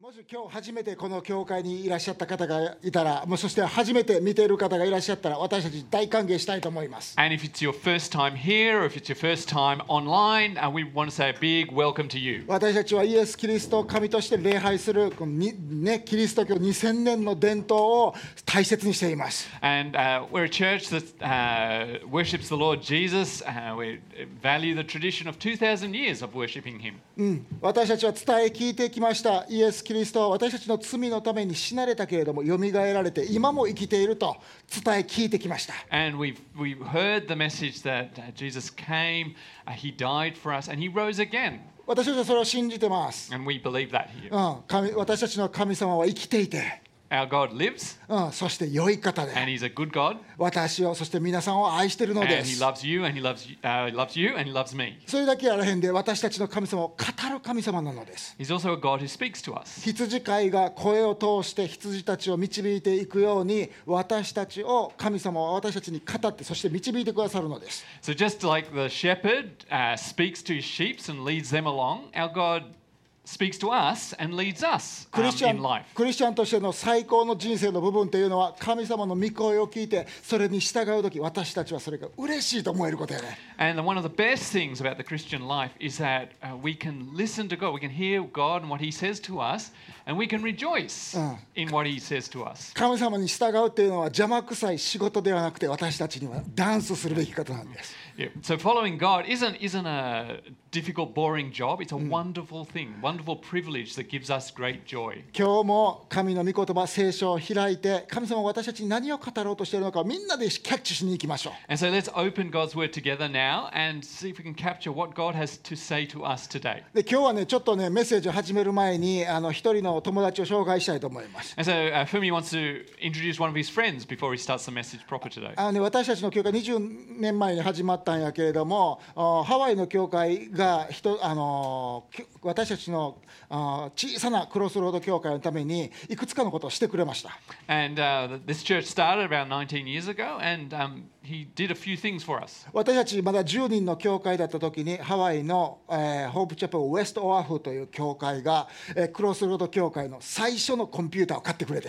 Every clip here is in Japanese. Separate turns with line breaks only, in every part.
もし今日初めてこの教会にいらっしゃった方がいたら、もうそして初めて見ている方がいらっしゃったら、私たち大歓迎したいと思います。
And if it's your first time here, or if it's your first time online, uh, we want to say a big welcome to you.
私たちはイエス・キリストを神として礼拝する、このにね、キリスト教2000年の伝統を大切にしています。
And uh, we're a church that uh, worships the Lord Jesus. Uh, we value the tradition of 2,000 years of worshiping Him.
私たちは伝え聞いてきましたイエス・キリストは私たちの罪のために死なれたけれどもよみがえられて今も生きていると伝え聞いてきました
And we've, we heard the message that uh, Jesus came, uh, He died for us, and He rose again.
私たちはそれを信じてます、
And we believe that here.
うん、神私たちの神様は生きていて、
Our God lives,
うん、そして良い方で
and He's a good God,
私をそして皆さんを愛しているので
and He
す
loves you, and He loves you, uh, loves you, and He loves me.
それだけあらへんで私たちの神様を語る神様なのです
He's also a God who speaks to us.
羊飼いが声を通して羊たちを導いていくように私たちを神様は私たちに語ってそして導いてくださるのです
So just like the shepherd uh, speaks to his sheep and leads them along, our God speaks to us and leads us
ク
um,
リスチャ
in life.
ンクリスチャンとしての最高の人生の部分というのは神様の御声を聞いてそれに従う時私たちはそれが嬉しいと思えることやね
And one of the best things about the Christian life is that uh, we can listen to God, we can hear God and what He says to us, and we can rejoice
Uh.
in what He says to us.
神様に従うっていうのは邪魔くさい仕事ではなくて私たちにはダンスするべきことなんです
Yeah. So following God isn't isn't a difficult, boring job. It's a wonderful thing, wonderful privilege that gives us great joy.
今日も神の御言葉聖書を開いて神様が私たちに何を語ろうとしているのかをみんなでキャッチしに行きましょう
And so let's open God's word together now and see if we can capture what God has to say to us today.
で今日はねちょっとねメッセージを始める前にあの一人の友達を紹介したいと思います
And so uh, Fumi wants to introduce one of his friends before he starts the message proper today.
あのね、私たちの教会20年前に始まったんやけれどもあハワイの教会がひとあのき私たちのあ小さなクロスロード教会のためにいくつかのことをしてくれました
And uh, th- this church started about 19 years ago, and um, he did a few things for us.
私たちまだ10人の教会だった時にハワイの、えーホープチャペルウェストオアフという教会が、えークロスロード教会の最初のコンピューターを買ってくれて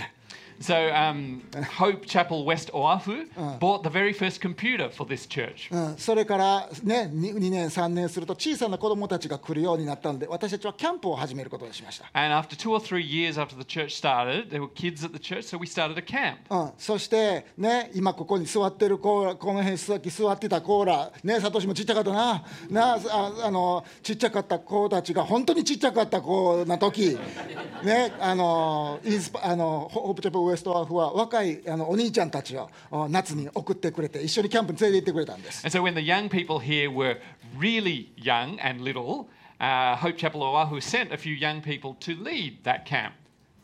So um, Hope Chapel West Oahu bought the very first computer for this church.
うん、それから、ね、2, 年3年すると小さな子どもたちが来るようになったので私たちはキャンプを始めることにしました
And after two or three years after the church started, there were kids at the church, so we started a camp.
うん、そしてね今ここに座ってる子らこの辺に座座ってた子らねサトシもちっちゃかったななああのちっちゃかった子たちが本当にちっちゃかった子な時ねあのインスパあのホホープチャップウエストアフは若いあのお兄ちゃんたちをお夏に送ってくれて一緒にキャンプに連れて行ってくれたんです
And so when the young people here were really young and little, uh, Hope Chapel Oahu sent a few young people to lead that camp.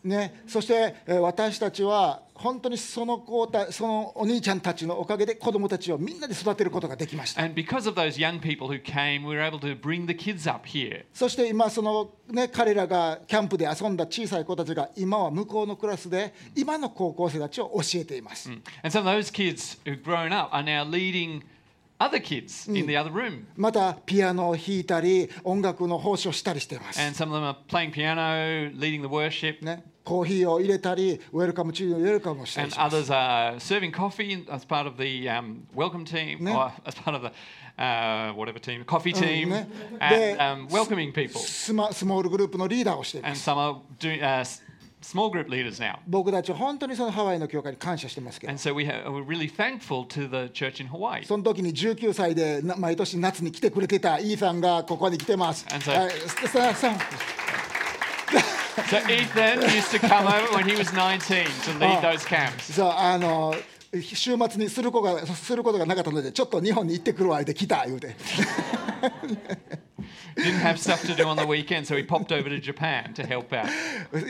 ねそしてえー私たちは本当にその子たそのお兄ちゃんたちのおかげで子供たちをみんなで育てることができました
And because of those young people who came, we were able to bring the kids up here.
そして今その、ね、彼らがキャンプで遊んだ小さい子たちが今は向こうのクラスで今の高校生たちを教えています、
And some of those kids who've grown up are now leading other kids in the other room.
またピアノを弾いたり音楽の奉仕をしたりしています、
And some of them are playing piano, leading the worship,
ね、コーヒーを入れたりウェルカムチームを入れるかもしれ
and
ない
others are serving coffee in- as part of the um, welcome team,
Yeah.
or as part of the uh, whatever team, coffee
Oh,
team,
yeah.
and
The-
um, welcoming people.
スマスモールグループのリーダーをしていま
And
す
some are doing uh, s- small group leaders now.
僕たちは本当にそのハワイの教会に感謝してますけど
And so we ha- we're really thankful to the church in Hawaii.
その時に19歳でな毎年夏に来てくれてたイーさんがここに来てます。
And so-
はいスタッフさん
So Ethan used to come over when he was 19 to lead those camps.
そうあの週末にすることがすることがなかったのでちょっと日本に行ってくるわで来た言 うて
Didn't have stuff to do on the weekend, so he popped over to Japan to help out.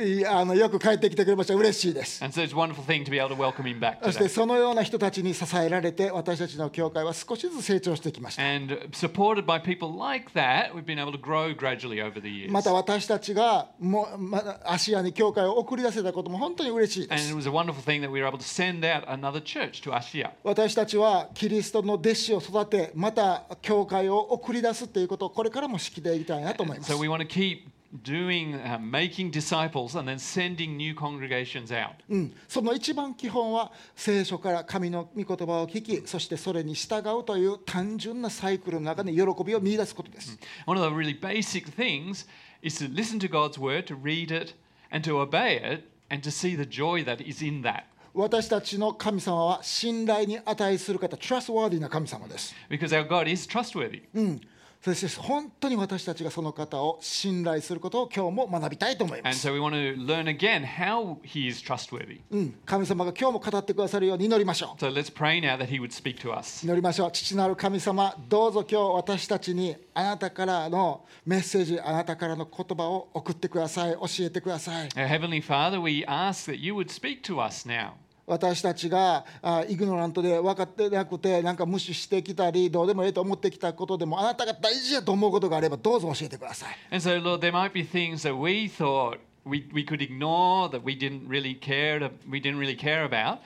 いあのよく帰ってきてくれました嬉しいです。
And so it's a wonderful thing to be able to welcome him back
そして
today.
そのような人たちに支えられて私たちの教会は少しずつ成長してきました。
And supported by people like that, we've been able to grow gradually over the years.
また私たちがもうまだ芦屋に教会を送り出せたことも本当に嬉しいで
And
す
it。was a wonderful thing that we were able to send out another church to Ashia.
私たちはキリストの弟子を育てまた教会を送り出すっていうことをこれからもしていきたいなと思います
So。we want to keep doing, uh, making disciples, and then sending new congregations out.
うん、その一番基本は聖書から神の御言葉を聞きそしてそれに従うという単純なサイクルの中で喜びを見出すことです、
One of the really basic things is to listen to God's word, to read it, and to obey it, and to see the joy that is in that.
私たちの神様は信頼に値する方 trustworthy な神様です、
Because our God is trustworthy.
うん、そして本当に私たちがその方を信頼することを今日も学びたいと思いま
And
す、
so we want to learn again how he is trustworthy.
うん、神様が今日も語ってくださるように祈りましょう
So let's pray now that he would speak to us.
祈りましょう父なる神様どうぞ今日私たちにあなたからのメッセージあなたからの言葉を送ってください教えてください
Our Heavenly Father, we ask that you would speak to us now.
私たちがあイグノラントで分かってなくてなんか無視してきたりどうでもええと思ってきたことでもあなたが大事やと思うことがあればどうぞ教えてください
And so, Lord, there might be things that we thought we, we could ignore, that we didn't really care to, we didn't really care about,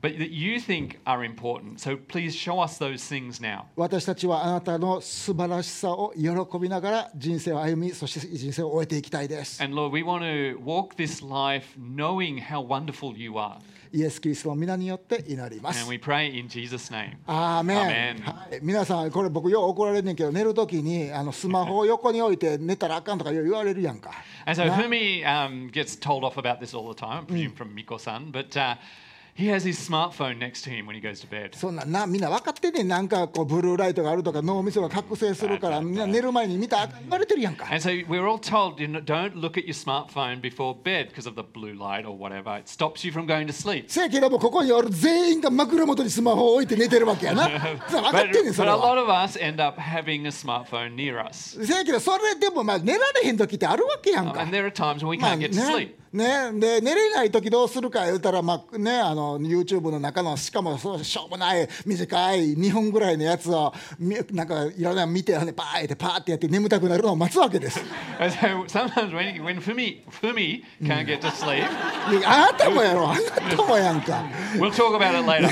but that you think are important. So please show us those things now.
私たちはあなたの素晴らしさを喜びながら人生を歩みそして人生を終えていきたいです
And Lord, we want to walk this life knowing how wonderful you are.
イエス・キリストの皆によって祈ります
And we pray in Jesus' name.
アーメン
アーメン
はい、皆さんこれ僕よう怒られんねんけど寝る時にあのスマホを横に置いて寝たらあかんとかよう言われるやんか
And so Fumi um, gets told off about this all the time, I presume from Miko-san, but uh, he has his smartphone next to him when he goes to bed.
そんなんなみんな分かってんねんなんかこうブルーライトがあるとか脳みそが覚醒するからみんな寝る前に見たらあかん言われてるやんか
And so we're all told, you know, don't look at your smartphone before bed because of the blue light or whatever. It stops you from going to sleep.
せやけどもここにおる全員が枕元にスマホを置いて寝てるわけやなそんなん 分か
But,
ってんねんそ
but
れ
a
は
lot of us end up having a smartphone near us.
せやけどそれでもまあ寝られへん時って あるわけやんか
And there are times when we
まあ
can't
ね
get to sleep.
ねで寝れない時どうするか言うたら、まあね、あの YouTube の中のしかもそうしょうもない短い2分ぐらいのやつをみなんかいろんなの見てあのパーってパーってやって眠たくなるのを待つわけです
And so sometimes when, when Fumi, Fumi can't get to sleep,
いやあなたもやろあなたもやん か
we'll talk about it later.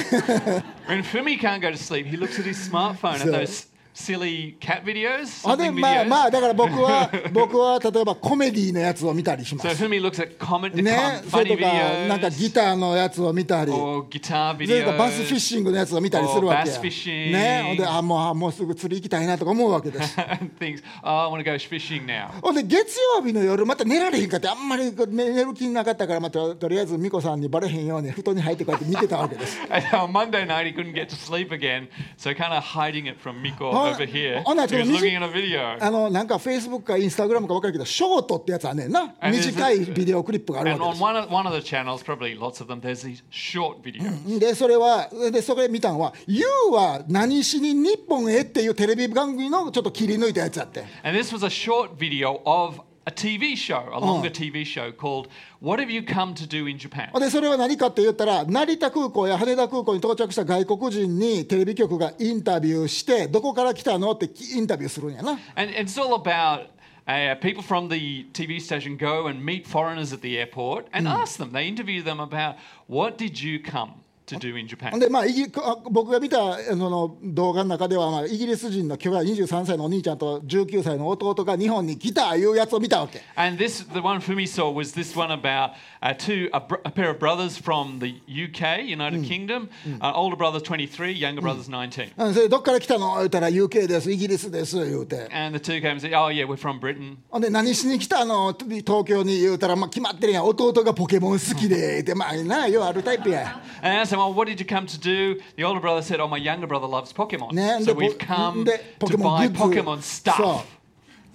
when Fumi can't go to sleep, he looks at his smartphone
So-
at those silly cat videos.
ほんで
something
まあ
videos.
まあだから僕 は僕は例えばコメディのやつを見たりしま
So
す
Fumi looks at comment,
ね
com-
それ
funny
とかなんか
videos
ギターのやつを見たり
or guitar
それとかバスフィッ
videos.
シングのやつを見たりするわけや
バスフィッシング
ねほんであもうあもうすぐ釣り行きたいなとか思うわけです
and thinks, oh, I want to go fishing now.
ほんで月曜日の夜また寝られへんかってあんまりこう寝寝る気なかったから、まあ、ととりあえず美子さんにバレへんように布団に入ってこうやって見てたわけです
And on Monday night, he couldn't get to sleep again, so kind of hiding it from Miko
Oh,
over here.
oh, no,
he was
so-
looking at a video.
あのなんかフェイスブックかインスタグラムか分かるけどショートってやつはねんな
And there's a-
短いビデオクリップがある
And
わ
on
けで
one of, one of the channels, probably lots of them, there's these short videos.
すでそれはでそこで見たのは「YOU は何しに日本へ」っていうテレビ番組のちょっと切り抜いたやつやって
And this was a short video of a TV show, a longer TV show called What Have You Come to Do in Japan?
ほんでそれは何かって言ったら成田空港や羽田空港に到着した外国人にテレビ局がインタビューして「どこから来たの?」ってインタビューするんやな。
And it's all about uh, people from the TV station go and meet foreigners at the airport and ask them. They interview them about what did you come to do in
ほん
Japan.
でまあ、イギあ僕が見たあの動画の中では、まあ、イギリス人の兄弟23歳のお兄ちゃんと19歳の弟が日本に来たいうやつを見たわけ
And this, the one Fumi saw was this one about uh, two a, br- a pair of brothers from the UK, United Kingdom. Uh, older brother's 23, younger brother's 19.
うんそれでどっから来たの言うたら UK ですイギリスです言うて
And the two came and said, "Oh yeah, we're from Britain."
ほんで何しに来たのって東京に言うたら、まあ、決まってるやん弟がポケモン好きでってまあなようあるタイプや
And I asked them, "Well, what did you come to do?" The older brother said, "Oh, my younger brother loves Pokemon,
ね
so
ポ
we've come
で
to buy Pokemon stuff."
そう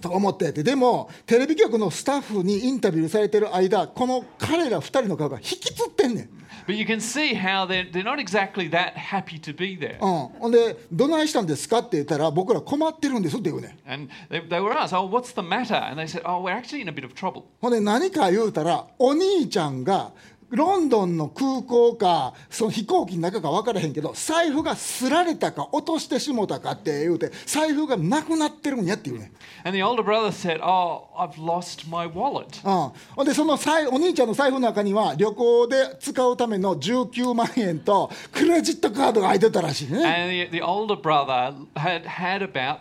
と思っててでもテレビ局のスタッフにインタビューされてる間この彼ら2人の顔が引きつってんねん
But you can see how they're, they're not exactly that happy to be there.
うん、ほんで「どないしたんですか?」って言ったら「僕ら困ってるんです」って言うねん
And they, they were asked, Oh, what's the matter? And they said, Oh, we're actually in a bit of trouble.
ほんで何か言うたらお兄ちゃんがロンドンの空港かその飛行機の中か分からへんけど財布がすられたか落としてしもたかって言うて財布がなくなってるんやって言うねん。
And the older brother said, Oh, I've lost my wallet.
うん、ほんでその財お兄ちゃんの財布の中には旅行で使うための19万円とクレジットカードが入ってたらしいね。
And the, the older brother had had about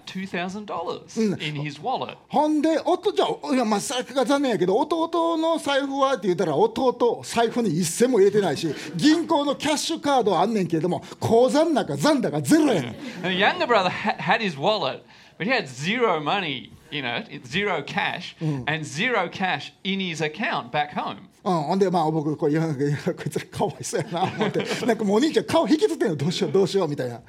$2,000 in his wallet.
ほんで、弟じゃあ、いや、まあ、さが残念やけど、弟の財布はって言ったら、弟、財布に一銭も入れてない し、銀行のキャッシュカードはあんねんけれども、口座の中、残高ゼロやねん。
And the younger brother ha- had his wallet, but he had zero money in it, zero cash, and zero cash in his account back home.
うん、ほんで、まあ、僕、これ言わなきゃいけないこいつらかわいそうやな、思って、なんかもうお兄ちゃん、顔引きつってんの、どうしよう、どうしよう、みたいな。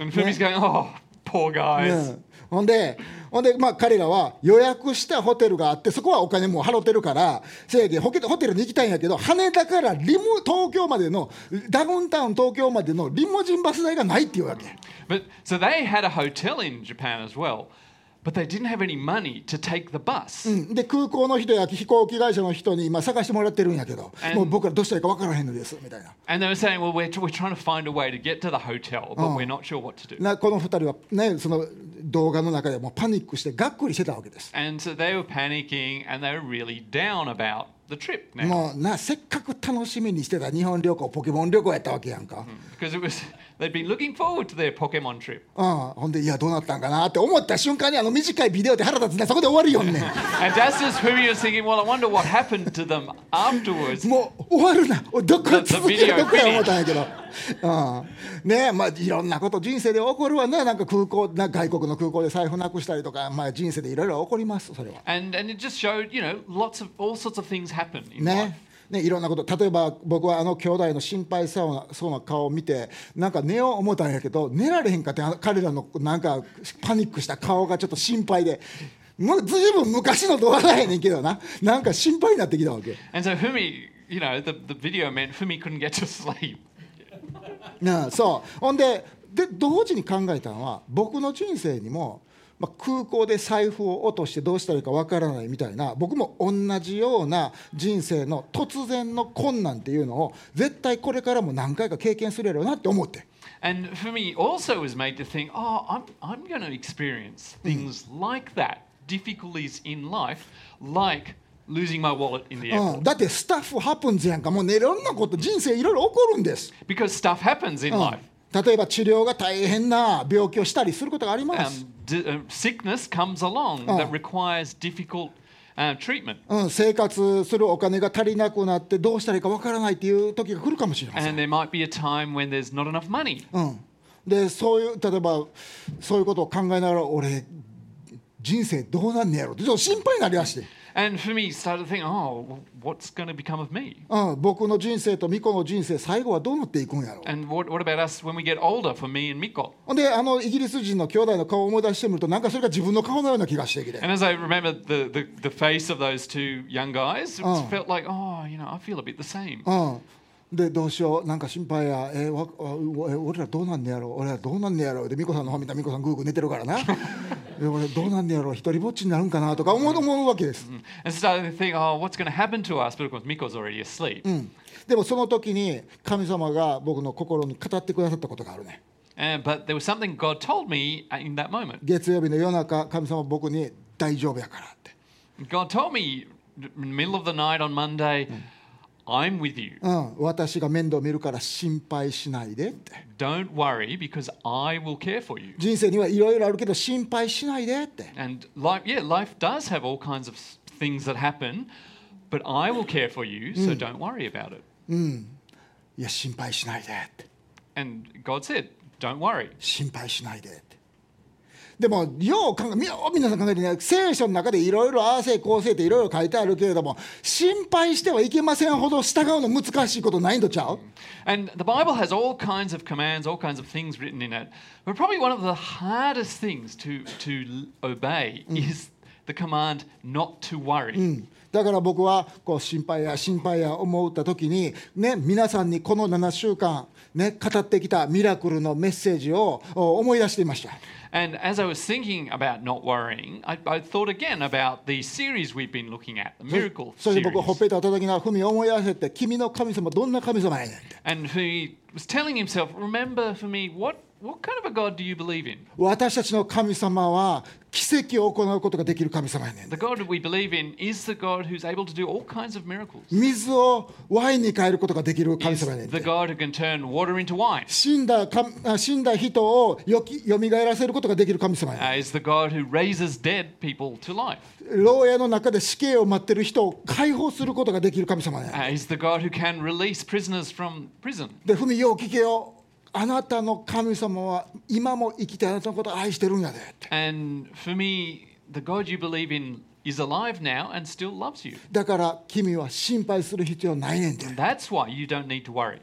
And Fumi's going, Oh, poor guys.
うんほんで、ほんでまあ、彼らは予約したホテルがあって、そこはお金も払ってるから、せやけホケホテルに行きたいんやけど、羽田からリム東京までの、ダウンタウン東京までのリモジンバス代がないっていうわけ。
But so they had a hotel in Japan as well, but they didn't have any money to take the bus.
うんで、空港の人や飛行機会社の人に今、探してもらってるんやけど、
And-
もう僕らどうしたらいいか分からへんのですみたいな。
And they were saying, Well, we're, we're trying to find a way to get to the hotel, but we're not sure what to do.
なこの2人は、ね、その動画の中でもうパニックして、がっくりしてたわけです。
And so they were panicking and they were really down about the trip now.
もうなせっかく楽しみにしてた日本旅行、ポケモン旅行やったわけやんか。
because it was they'd been looking forward to their Pokemon trip,
うん、ほんで、いや、どうなったんかなって思った瞬間に、あの短いビデオで腹立つね、そこで終わるよんね。
and that's just who was thinking. Well, I wonder what happened to them afterwards.
もう終わるな、おどこが続ける
The video
どこや思ったんやけど、うん、ねえ、まあ、いろんなこと、人生で起こるわね、なんか空港、な外国の空港で財布なくしたりとか、まあ、人生でいろいろ起こります、それは。
And and it just showed, you know, lots of all sorts of things happen in life.
ねね、いろんなこと例えば僕はあの兄弟の心配そうなそうな顔を見てなんか寝よう思ったんやけど寝られへんかってあの彼らのなんかパニックした顔がちょっと心配でもうずいぶん昔の動画だやねんけどななんか心配になってきたわけ
And so Fumi, you know, the, the video meant Fumi couldn't get to sleep.
なそうほんでで同時に考えたのは僕の人生にも、まあ、空港で財布を落としてどうしたらいいかわからないみたいな僕も同じような人生の突然の困難っていうのを絶対これからも何回か経験するやろうなって思って。
And Fumi also was made to think, oh, I'm I'm going to experience things like that, difficulties in life, like losing my wallet in the airport,
うん、だってスタッフハプンズやんかもうねいろんなこと人生いろいろ起こるんです、
because stuff happens in
うん
life.
例えば治療が大変な病気をしたりすることがあります、
um, d- uh, sickness comes along
Oh.
that requires difficult uh, treatment.
うん、生活するお金が足りなくなってどうしたらいいかわからないっていう時が来るかもしれません、
And there might be a time when there's not enough money.
うん、でそういう例えばそういうことを考えながら俺人生どうなんねやろってちょっと心配になりまして、
And for me, started to think, oh, w- what's going to become of me?
うん、僕の人生と巫女の人生最後はどうなっていくんやろ
And what, what about us when we get older, for me and Mikko?
ほんであのイギリス人の兄弟の顔を思い出してみるとなんかそれが自分の顔のような気がしてきて
And as I remembered the, the, the face of those two young guys, it
Oh.
felt like, oh, you know, I feel a bit the same.
うん、でどうしようなんか心配やえーわあうえ俺らどうなんねやろ俺らどうなんねやろで美子さんの方見たら美子さんグーグー寝てるからな で俺どうなんねやろ一人ぼっちになるんかなとか思う思うわけです、
And started to think, oh, what's going to happen to us? But of course, Mikko's already asleep.
Mm. でもその時に神様が僕の心に語ってくださったことがあるね
And, Uh, but there was something God told me uh, in that moment.
月曜日の夜中神様僕に「大丈夫やから」って、
God told me in the middle of the night on Monday, I'm with you.
うん「私が面倒見るから心配しないで」って。
Don't worry because I will care for you.
人生にはいろいろあるけど心配しないでって
And life, yeah, life does have all kinds of s- things that happen, but I will care for you, so don't worry about it.
いや心配しないでって
And God said, don't worry.
心配しないでってでもよう考えみよう皆さん考えてね聖書の中でいろいろああせいこうせいっていろいろ書いてあるけれども心配してはいけませんほど従うの難しいことないんとちゃう、
And the Bible has all kinds of commands, all kinds of things written in it. But probably one of the hardest things to, to l- obey is the command not to worry.
うんだから僕はこう心配や心配や思った時に、ね、皆さんにこの7週間、ね、語ってきたミラクルのメッセージをお思い出していました。
And as I was thinking about not worrying, I, I thought again about the series we've been looking at, the miracle
それで
series.
僕はほっぺたを叩きながら文を思い合わせて君の神様どんな神様やねんって
And he was telling himself, remember for me, what, what kind of a God do you believe in?
私たちの神様は奇跡を行うことができる神様やねん
The God that we believe in is the God who's able to do all kinds of miracles.
水をワインに変えることができる神
Is
様やねん
the God who can turn water into wine.
死んだかあ死んだ人をよき蘇らせることができる神様やねん
Uh, is the God who raises dead people to life.
牢屋の中で死刑を待ってる人を解放することができる神様やねん
Uh, is the God who can release prisoners from prison.
で、文よう聞けよ。あなたの神様は今も生きてあなたのことを愛してるんやでって。
And for me, the God you believe in is alive now and still loves you.
だから君は心配する必要ないねんで。
That's why you don't need to worry.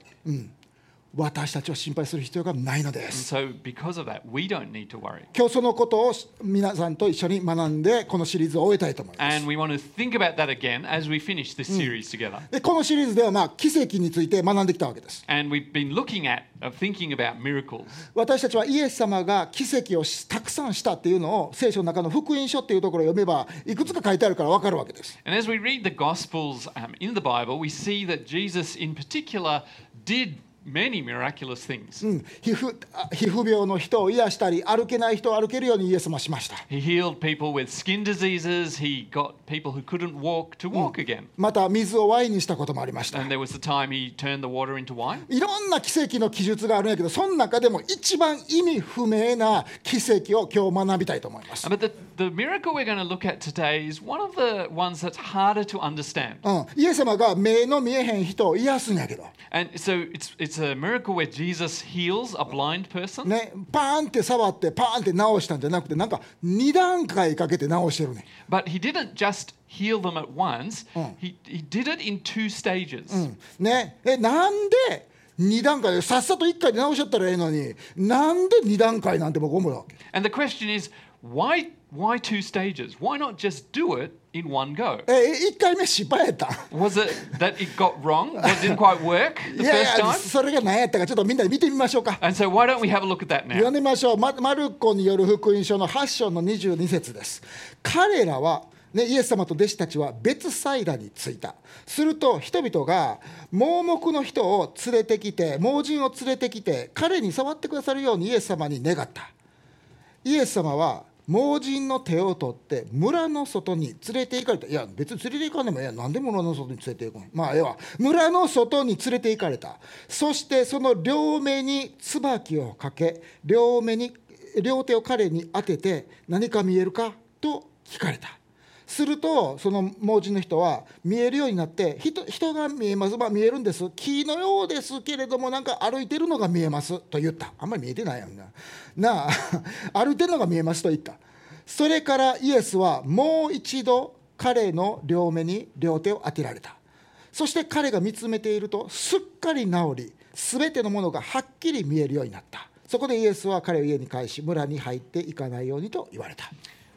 私たちは心配する必要がないので
And
す。
so, because of that, we don't need to worry.
今日そのことを皆さんと一緒に学んで、このシリーズを終えたいと思います。
And we want to think about that again as we finish this series together.
でこのシリーズでは、まあ、奇跡について学んできたわけです。
And we've been looking at, uh, thinking about miracles.
私たちはイエス様が奇跡をしたくさんしたっていうのを聖書の中の福音書っていうところを読めばいくつか書いてあるから分かるわけです。
And as we read the Gospels um, in the Bible, we see that Jesus, in particular, did many miraculous things.
うん皮膚あ皮膚病の人を癒したり歩けない人を歩けるようにイエス様はしました。
He healed people with skin diseases. He got people who couldn't walk
Hmm.
to walk again.
また水をワインにしたこともありました
And there was the time he turned the water into wine.
いろんな奇跡の記述があるんやけどその中でも一番意味不明な奇跡を今日学びたいと思います、
Uh, But the, the miracle we're going to look at today is one of the ones that's harder to understand.
うん、イエス様が目の見えへん人を癒すんやけど、
And so it's, it's a miracle where Jesus heals a blind person.
ね、パーンって触ってパーンって直したんじゃなくてなんか2段階かけて直してるね
But he didn't just heal them at once, he, he did it in two stages.
んねえなんで2段階でさっさと1回で直しちゃったらええのになんで2段階なんて僕思うわけ
And the question is why, why two stages? Why not just do it in one go?
え1回目失敗やった
Was it that it got wrong? Was it didn't quite work the
いや
first
いや
time?
それが何やったかちょっとみんなで見てみましょうか
And so why don't we have a look at that now?
読みましょう、ママルコによる福音書の8章の22節です。彼らは、ね、イエス様と弟子たちは別サイダに着いた。すると人々が盲目の人を連れてきて、盲人を連れてきて、彼に触ってくださるようにイエス様に願った。イエス様は盲人の手を取って村の外に連れて行かれたいや別に連れて行かんでもいいや何で村の外に連れて行くのまあええわ村の外に連れて行かれたそしてその両目に椿をかけ両目に両手を彼に当てて何か見えるかと聞かれたするとその盲人の人は見えるようになって人人が見えます、まあ、見えるんです木のようですけれどもなんか歩いてるのが見えますと言ったあんまり見えてないやんななあ 歩いてるのが見えますと言ったそれからイエスはもう一度彼の両目に両手を当てられたそして彼が見つめているとすっかり治りすべてのものがはっきり見えるようになったそこでイエスは彼を家に返し村に入っていかないようにと言われた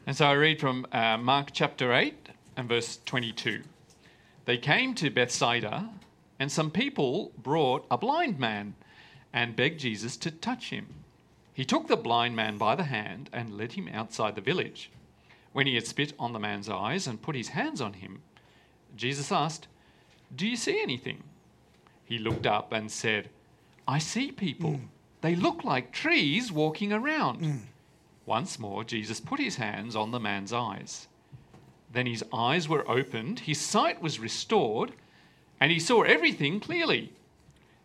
And so I read from uh, Mark chapter 8 and verse 22. They came to Bethsaida, and some people brought a blind man and begged Jesus to touch him. He took the blind man by the hand and led him outside the village. When he had spit on the man's eyes and put his hands on him, Jesus asked, Do you see anything? He looked up and said, I see people. They look like trees walking around. Once more, Jesus put his hands on the man's eyes. Then his eyes were opened, his sight was restored, and he saw everything clearly.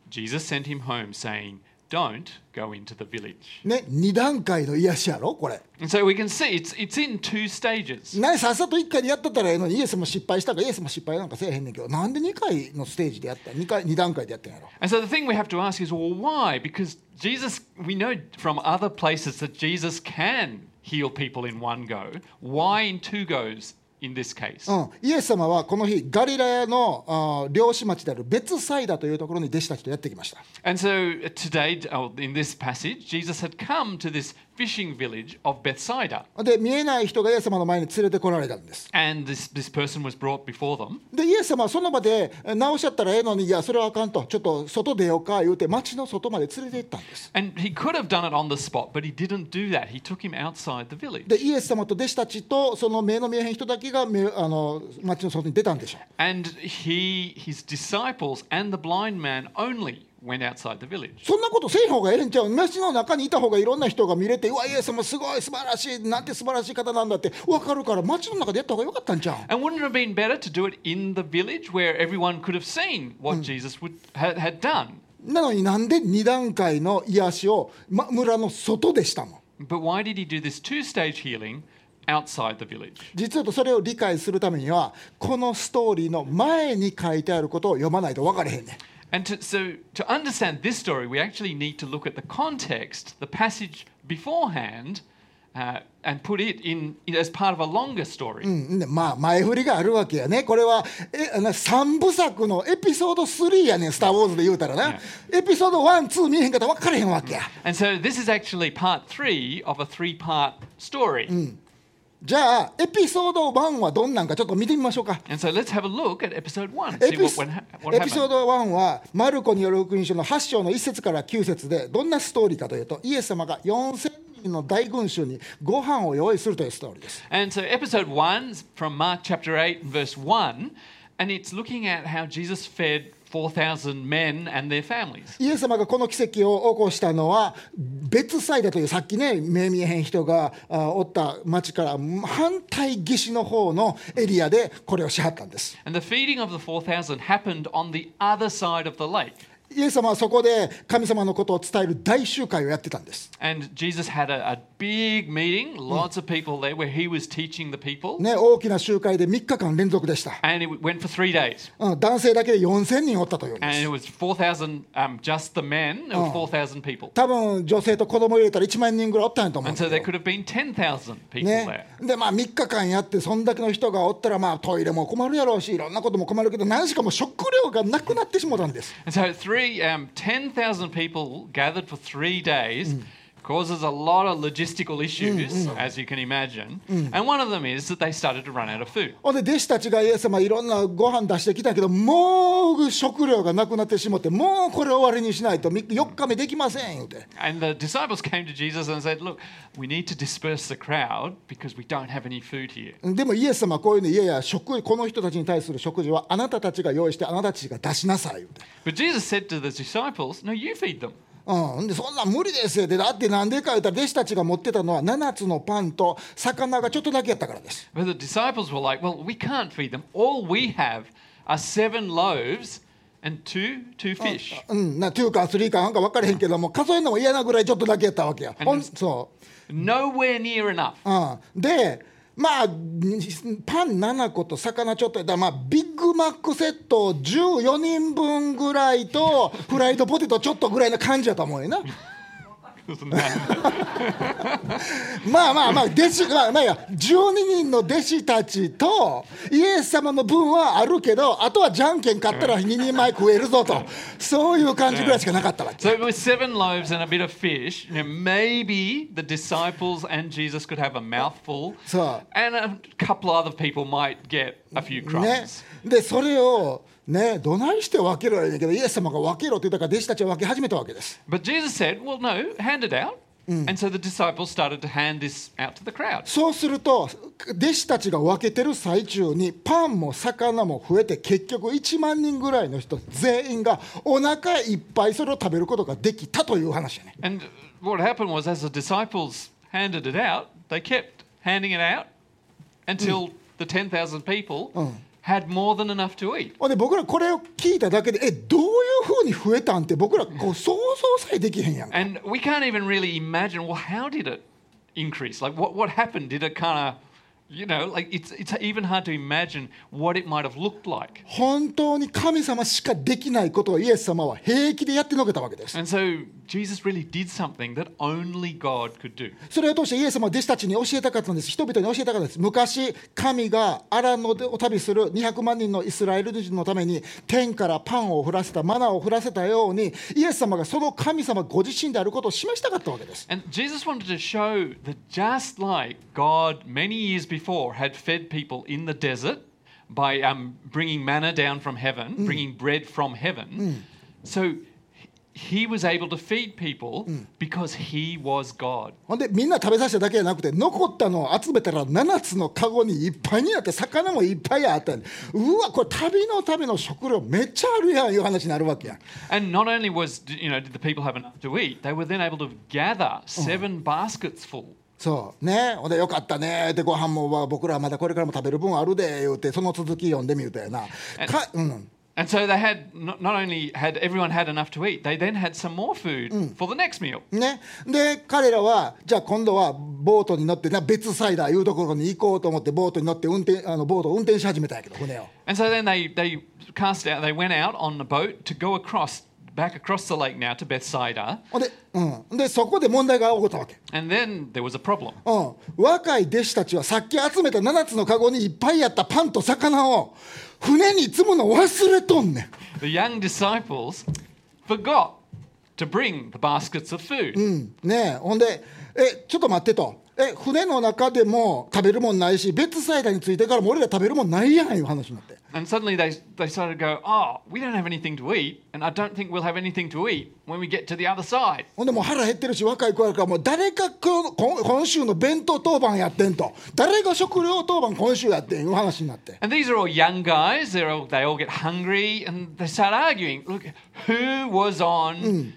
Jesus sent him home, saying, Don't go into the village.
ね2段階の癒しやろこれ
And so we can see it's, it's in two stages.
何さっさと1回でやってたらええのにイエスも失敗したからイエスも失敗なんかせえへんねんけどなんで2回のステージでやった2回二段階でやったんやろ
And so the thing we have to ask is, well, why? Because Jesus, we know from other places that Jesus can heal people in one go. Why in two goes in this case?
うん、イエス様はこの日ガリラヤのあー漁師町であるベツサイダというところに弟子たちとやってきました
uh, And so today, oh, in this passage, Jesus had come to this fishing village of Bethsaida.
で見えない人がイエス様の前に連れてこられたんです。
And this, this person was brought before them.
でイエス様はその場でえ直しちゃったらええのにいやそれはあかんとちょっと外出ようか言うて町の外まで連れて行ったんです。
And he could have done it on the spot, but he didn't do that. He took him outside the village.
でイエス様と弟子たちとその目の見えへん人だけが目あの町の外に出たんでしょう。
And he, his disciples, and the blind man only went outside the village.
そんなことせん方がええんちゃう町の中にいた方がいろんな人が見れてうわイエス様すごい素晴らしいなんて素晴らしい方なんだって分かるから町の中でやった方がよかったんちゃう
And wouldn't it have been better to do it in the village where everyone could have seen what Jesus would, had, had done?
なのになんで2段階の癒しを、ま、村の外でしたの
But why did he do this two stage healing outside the village?
実はそれを理解するためにはこのストーリーの前に書いてあることを読まないと分かれへんねん
And to, so, to understand this story, we actually need to look at the context, the passage beforehand, uh, and put it in, in as part of a longer story.
うんでまあ前振りがあるわけやねこれはえ3部作のエピソード3やねん「スター・ウォーズ」で言うたらな、エピソード12見えへんかったら分かれへんわけや
And so, this is actually part three of a three part story.
じゃあエピソード1はどんなんかちょっと見てみましょうか
And so let's have a look at episode one.
エ
See
ピ
what,
ソ
what, ha- what
エピソー
happened.
ド1はマルコによる福音書の8章の1節から9節でどんなストーリーかというとイエス様が4000人の大群衆にご飯を用意するというストーリーです
And so episode one's from Mark chapter eight and verse one, and it's looking at how Jesus fed four thousand men and their families.
イエス様がこの奇跡を起こしたのは別サイダというさっきね目見えへん人があおった町から反対岸の方のエリアでこれをしはったんです
And the feeding of the four thousand happened on the other side of the lake.
イエス様はそこで神様のことを伝える大集会をやってたんです
And Jesus had a, a big meeting, lots of people there, where he was teaching the people,
ね大きな集会で3日間連続でした
and it went for three days.
うん男性だけで4000人おったというんで
And
す
it was four thousand, um, just the men, it was four thousand people.
多分女性と子供入れたら1万人ぐらいおったんやと思うんで
And
す
so
よ
there could have been 10,000 people
ね
there.、
でまあ3日間やってそんだけの人がおったらまあトイレも困るやろうしいろんなことも困るけど何しかもう食料がなくなってしもたんです
And so three, um, 10,000 people gathered for three days causes a lot of logistical issues, as you can imagine. And one of them is that they started to run out of food.
ほんで弟子たちがイエス様いろんなご飯出してきたけどもう食料がなくなってしもってもうこれ終わりにしないと4日目できません言うて
And the disciples came to Jesus and said, Look, we need to disperse the crowd because we don't have any food here.
でもイエス様はこういうのいやいや食この人たちに対する食事はあなたたちが用意してあなたたちが出しなさい言うて
But Jesus saidと the disciples, No, you feed them.
うん、でそんなん無理ですよでだってなんでか言ったら弟子たちが持ってたのは7つのパンと魚がちょっとだけやったからです
But the disciples were like, Well, we can't feed them. All we have are seven loaves and two, two fish.
うんな2か3かなんか分からへんけども数えるのも嫌なぐらいちょっとだけやったわけやほんそ
Nowhere near enough.
う、うん、でまあにパン7個と魚ちょっとやったら、まあ、ビッグマックセット14人分ぐらいとフライドポテトちょっとぐらいな感じやと思うよなまあまあまあ弟子まあまあいや12人の弟子たちとイエス様の分はあるけどあとはじゃんけん買ったら2人前食えるぞとそういう感じぐらいしかなかったわけ。
So it was seven loaves and a bit of fish. You know, maybe the disciples and Jesus could have a mouthful,
So-
and a couple other people might get a few
ね
crumbs.、
でそれを、ね、どないして分けろやねんけどイエス様が分けろって言ったから弟子たちは分け始めたわけです。
But Jesus said, "Well, no, hand it out." And so the disciples started to hand this out to the crowd.
そうすると弟子たちが分けてる最中にパンも魚も増えて結局1万人ぐらいの人全員がお腹いっぱいそれを食べることができたという話やね。
And what happened was, as the disciples handed it out, they kept handing it out until the ten thousand people had more than enough to eat.
ほんで僕らこれを聞いただけでえどういうふうに増えたんって僕らこう想像さえできへんやんか
And we can't even really imagine. Well, how did it increase? Like, what what happened? Did it kind of, you know, like it's it's even hard to imagine what it might have looked like.
本当に神様しかできないことをイエス様は平気でやってのけたわけです。
And so Jesus really did something that only God could do.
それを通してイエス様は弟子たちに教えたかったんです人々に教えたかったんです昔神がアランのを旅する200万人のイスラエル人のために天からパンを降らせたマナーを降らせたようにイエス様がその神様ご自身であることを示したかったわけです
And Jesus wanted to show that just like God many years before had fed people in the desert by um, bringing manna down from heaven, bringing bread from heaven, so h- he was able to feed people because he was God.
ほんでみんな食べさせただけじゃなくて残ったのを集めたら7つのカゴにいっぱいになって魚もいっぱいあったんでうわこれ旅のための食料めっちゃあるやんいう話になるわけやん
And not only was you know did the people have enough to eat, they were then able to gather seven baskets full.
そうねほんでよかったねでご飯もわ僕らはまだこれからも食べる分あるで言うてその続き読んでみるとやなか、うん、
And so they had not, not only had everyone had enough to eat, they then had some more food for the next meal.
ねで彼らはじゃあ今度はボートに乗ってな別サイダーいうところに行こうと思ってボートに乗って運転あのボートを運転し始めたんやけど船を
And so then they, they cast out, they went out on the boat to go across, back across the lake now to Bethsaida.
ほんで,、うん、でそこで問題が起こったわけ
And then there was a problem.
うん、若い弟子たちはさっき集めた7つのカゴにいっぱいあったパンと魚を船に積むの忘れとんねん
The young disciples forgot to bring the baskets of food.
うんねえほんでえちょっと待ってとえ船の中でも食べるもんないし別サイダーについてからも俺ら食べるもんないやんいう話になって
And suddenly they, they started to go, oh, we don't have anything to eat, and I don't think we'll have anything to eat when we get to the other side.
ほんでもう腹減ってるし若い子やからもう誰か今日今今週の弁当当番やってんと誰が食料当番今週やってんいう話になって
And these are all young guys. They're all, they all get hungry and they start arguing. Look, who was on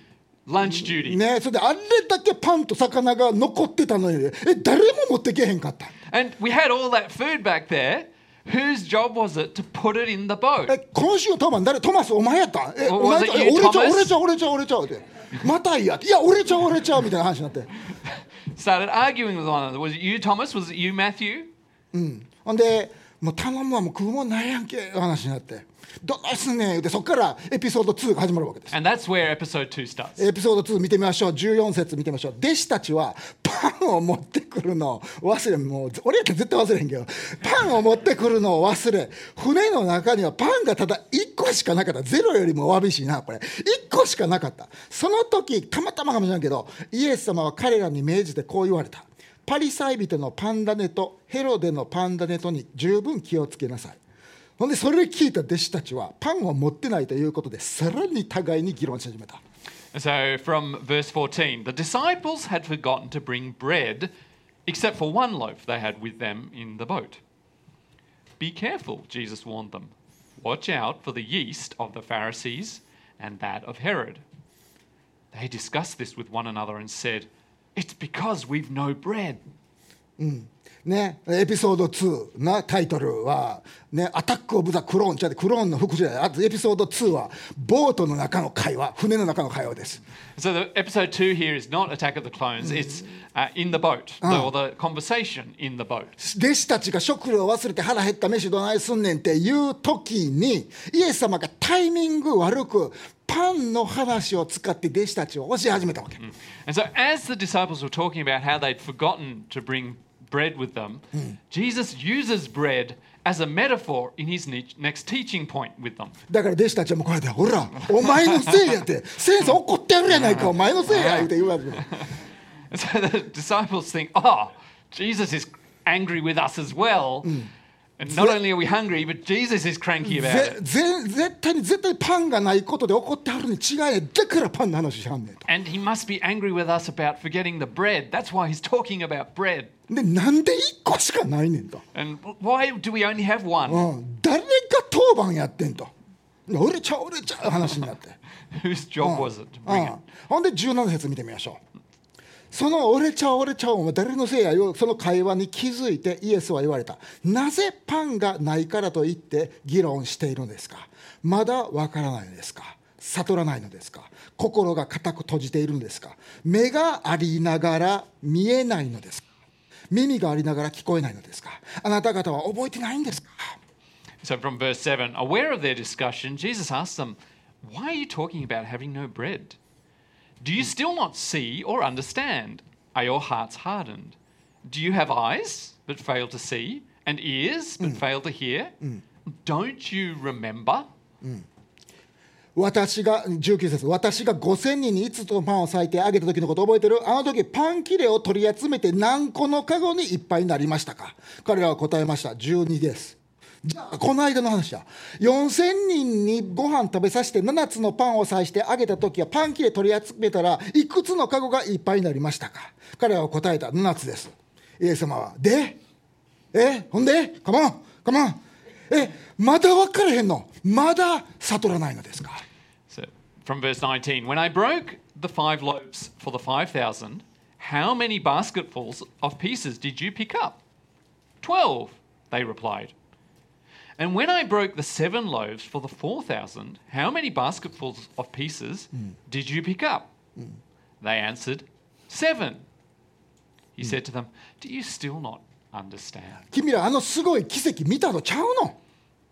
lunch duty?
ねえそれであれだけパンと魚が残ってたのにえ誰も持ってけへんかった。
And we had all that food back there. Whose job was it to put it in the boat?
え今週の当番誰トマスお前やったえ
Well,
お前
was
ち
it
ゃえ
you,
俺ちゃ
Thomas?
う俺ちゃう俺ちゃう俺ちゃうってまたいやいや俺ちゃう俺ちゃうみたいな話になって
Started arguing with one another. Was it you, Thomas? Was it you, Matthew?
ほんでもう頼むわもう食うもんないやんけいう話になってどうすんねん言うてそこからエピソード2が始まるわけです
And that's where episode two starts.
エピソード2見てみましょう14節見てみましょう弟子たちはパンを持ってくるのを忘れもう俺やったら絶対忘れへんけどパンを持ってくるのを忘れ船の中にはパンがただ1個しかなかったゼロよりもわびしいなこれ1個しかなかったその時たまたまかもしれんけどイエス様は彼らに命じてこう言われたパリサイ人のパンダネとヘロデのパンダネとに十分気をつけなさいほんでそれを聞いた弟子たちはパンを持ってないということでさらに互いに議論し始めた
So from verse 14, the disciples had forgotten to bring bread except for one loaf they had with them in the boat. Be careful, Jesus warned them. Watch out for the yeast of the Pharisees and that of Herod. They discussed this with one another and said, It's because we've no bread.
ね、エピソード2なタイトルは、ね「アタック・オブ・ザ・クローン」じゃクローンの副じゃないあとエピソード2はボートの中の会話船の中の会話です
So the episode two here is not Attack of the Clones, it's uh, in the boat, or the conversation in the boat.
弟子たちが食料を忘れて腹減った飯どないすんねんっていう時にイエス様がタイミング悪くパンの話を使って弟子たちを教え始めたわけ、
And so, as the disciples were talking about how they'd forgotten to bring bread with them, Jesus uses bread as a metaphor in his ne- next teaching point with them.
だから弟子たちはもうこれで「ほらお前のせいや」って「先生怒ってやるやないかお前のせいや」って言うわけ
And so the disciples think, oh, Jesus is angry with us as well. And not only are we hungry, but Jesus is cranky
ぜ
about it.
ぜ絶対に絶対にパンがないことで怒ってはるに違いないだからパンの話しはんねんと
And he must be angry with us about forgetting the bread. That's why he's talking about bread.
でなんで1個しかないねんと、
And why do we only have one?
うん、誰が当番やってんと俺ちゃう俺ちゃう話になって、
Whose job was it to
う
bring it?
ん、ほんで17節見てみましょうその俺ちゃう俺ちゃうお前誰のせいやよその会話に気づいてイエスは言われたなぜパンがないからと言って議論しているんですかまだわからないのですか悟らないのですか心が固く閉じているのですか目がありながら見えないのですか耳がありながら聞こえないのですかあなた方は覚えてないんですか
So from verse 7, aware of their discussion, Jesus asked them, Why are you talking about having no bread? Do you still not see or understand? Are your hearts hardened? Do you have eyes but fail to see, and ears but fail to hear? Don't you remember?
私が19節私が5000人に5つのパンを裂いてあげた時のことを覚えてるあの時パン切れを取り集めて何個のカゴにいっぱいになりましたか彼らは答えました12ですじゃあこの間の話だ4000人にご飯食べさせて7つのパンを裂いてあげた時はパン切れ取り集めたらいくつのカゴがいっぱいになりましたか彼らは答えた7つですイエス様はでえほんでカモンカモンえまだ分からへんのまだ悟らないのですか
So, from verse 19, when I broke the five loaves for the 5,000, how many basketfuls of pieces did you pick up? Twelve, they replied. And when I broke the seven loaves for the 4,000, how many basketfuls of pieces did you pick up? They answered, Seven. He said to them, Do you still not understand?
君らあのすごい奇跡見たのちゃうの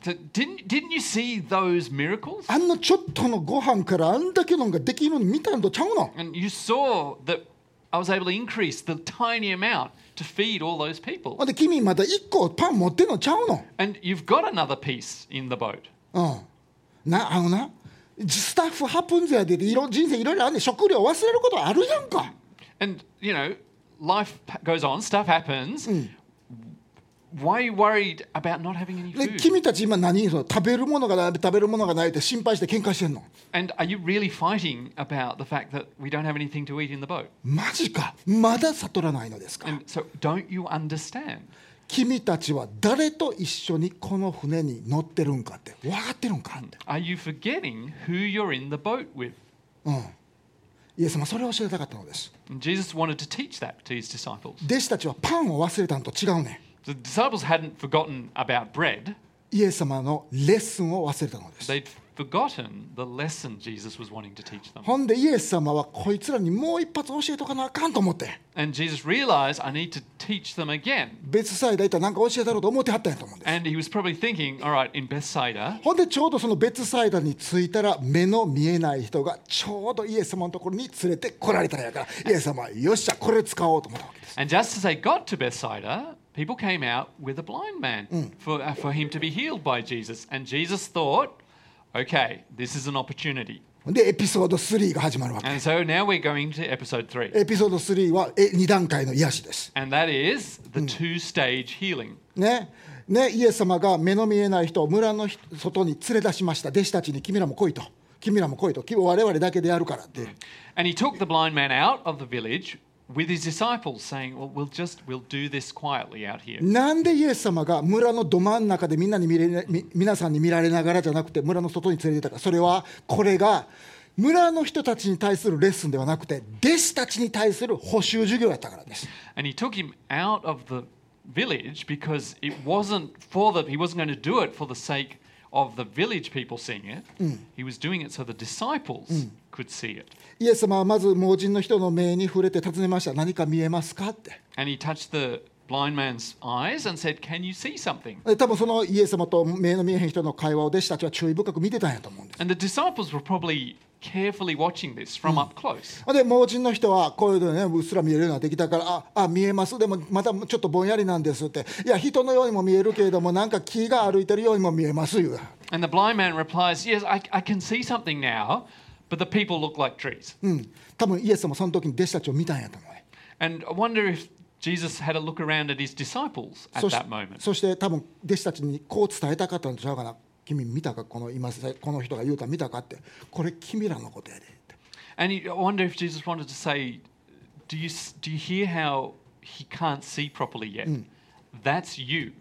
So didn't, didn't you see those miracles?
あんなちょっとのご飯からあんだけのができるのに見たのとちゃうの
And you saw that I was able to increase the tiny amount to feed all those
ほ
people.
んで君まだ1個パン持ってんのちゃうの
And you've got another piece in the boat.
うんなあのなスタッフハプンズやでいろ人生いろいろあんねん食料忘れることあるやんか
And, you know, life p- goes on, stuff happens. Why are you worried about not having any
で
food?
君たち今何その食べるものがない食べるものがないって心配して喧嘩してんの
And are you really fighting about the fact that we don't have anything to eat in the boat?
マジかまだ悟らないのですか
And so, don't you understand?
君たちは誰と一緒にこの船に乗ってるんかって分かってるんかって、
Are you forgetting who you're in the boat with?
うん、イエス様それを教えたかったのです
And Jesus wanted to teach that to his disciples.
弟子たちはパンを忘れたのと違うね
The disciples hadn't forgotten about bread.
んイエス様のレッスンを忘れたのです
They'd forgotten the lesson Jesus was wanting to teach them.
ほんでイエス様はこいつらにもう一発教えとかなあかんと思って
And Jesus realized, I need to teach them again.
別サイダー行ったら何か教えたろうと思ってはったんやと思うんです
And he was probably thinking, all right, in Bethsaida,
ほんでちょうどその別サイダーに着いたら目の見えない人がちょうどイエス様のところに連れてこられたんやからイエス様はよっしゃこれ使おうと思ったわけです
and just as they got to Bethsaida, people came out with a blind man for, uh, for him to be healed by Jesus. And Jesus thought, okay, this is an opportunity.
ほんでエピソード3が始まるわけ
And so now we're going to episode three,
エピソード3はえ2段階の癒しです。
and that is the two stage healing.
ねね、イエス様が目の見えない人を村の人外に連れ出しました弟子たちに君らも来いと君らも来いとき我々だけでやるからって、
And he took the blind man out of the village with his disciples, saying, Well, we'll just we'll do this quietly out here.
なんでイエス様が村のど真ん中でみんなに見れなみ皆さんに見られながらじゃなくて村の外に連れてたかそれはこれが村の人たちに対するレッスンではなくて弟子たちに対する補習授業だったからです。
And he took him out of the village because it wasn't for the he wasn't going to do it for the sake of the village people seeing it. He was doing it so the disciples could see it.
イエス様はまず盲人の人の目に触れて尋ねました何か見えますかって。
And he touched the blind man's eyes and said, "Can you see something?"
で多分そのイエス様と目の見えへん人の会話を弟子たちは注意深く見てたんやと思うんです。
And the disciples were probably carefully watching this from up close.
で盲人の人はこういうのねうっすら見えるようになってきたからああ見えますでもまたちょっとぼんやりなんですっていや人のようにも見えるけれどもなんか木が歩いてるようにも見えますよ
And the blind man replies, "Yes, I, I can see something now, but the people look like trees."
うん多分イエス様その時に弟子たちを見たんやと思う
And I wonder if Jesus had a look around at his disciples at
そし
that moment.
そして多分弟子たちにこう伝えたかったんちゃうかな君見たかこの今さこの人が言うたん見たかってこれ君らのことやでって。
And you- I wonder if Jesus wanted to say, "Do you s- do you hear how he can't see properly yet? That's you."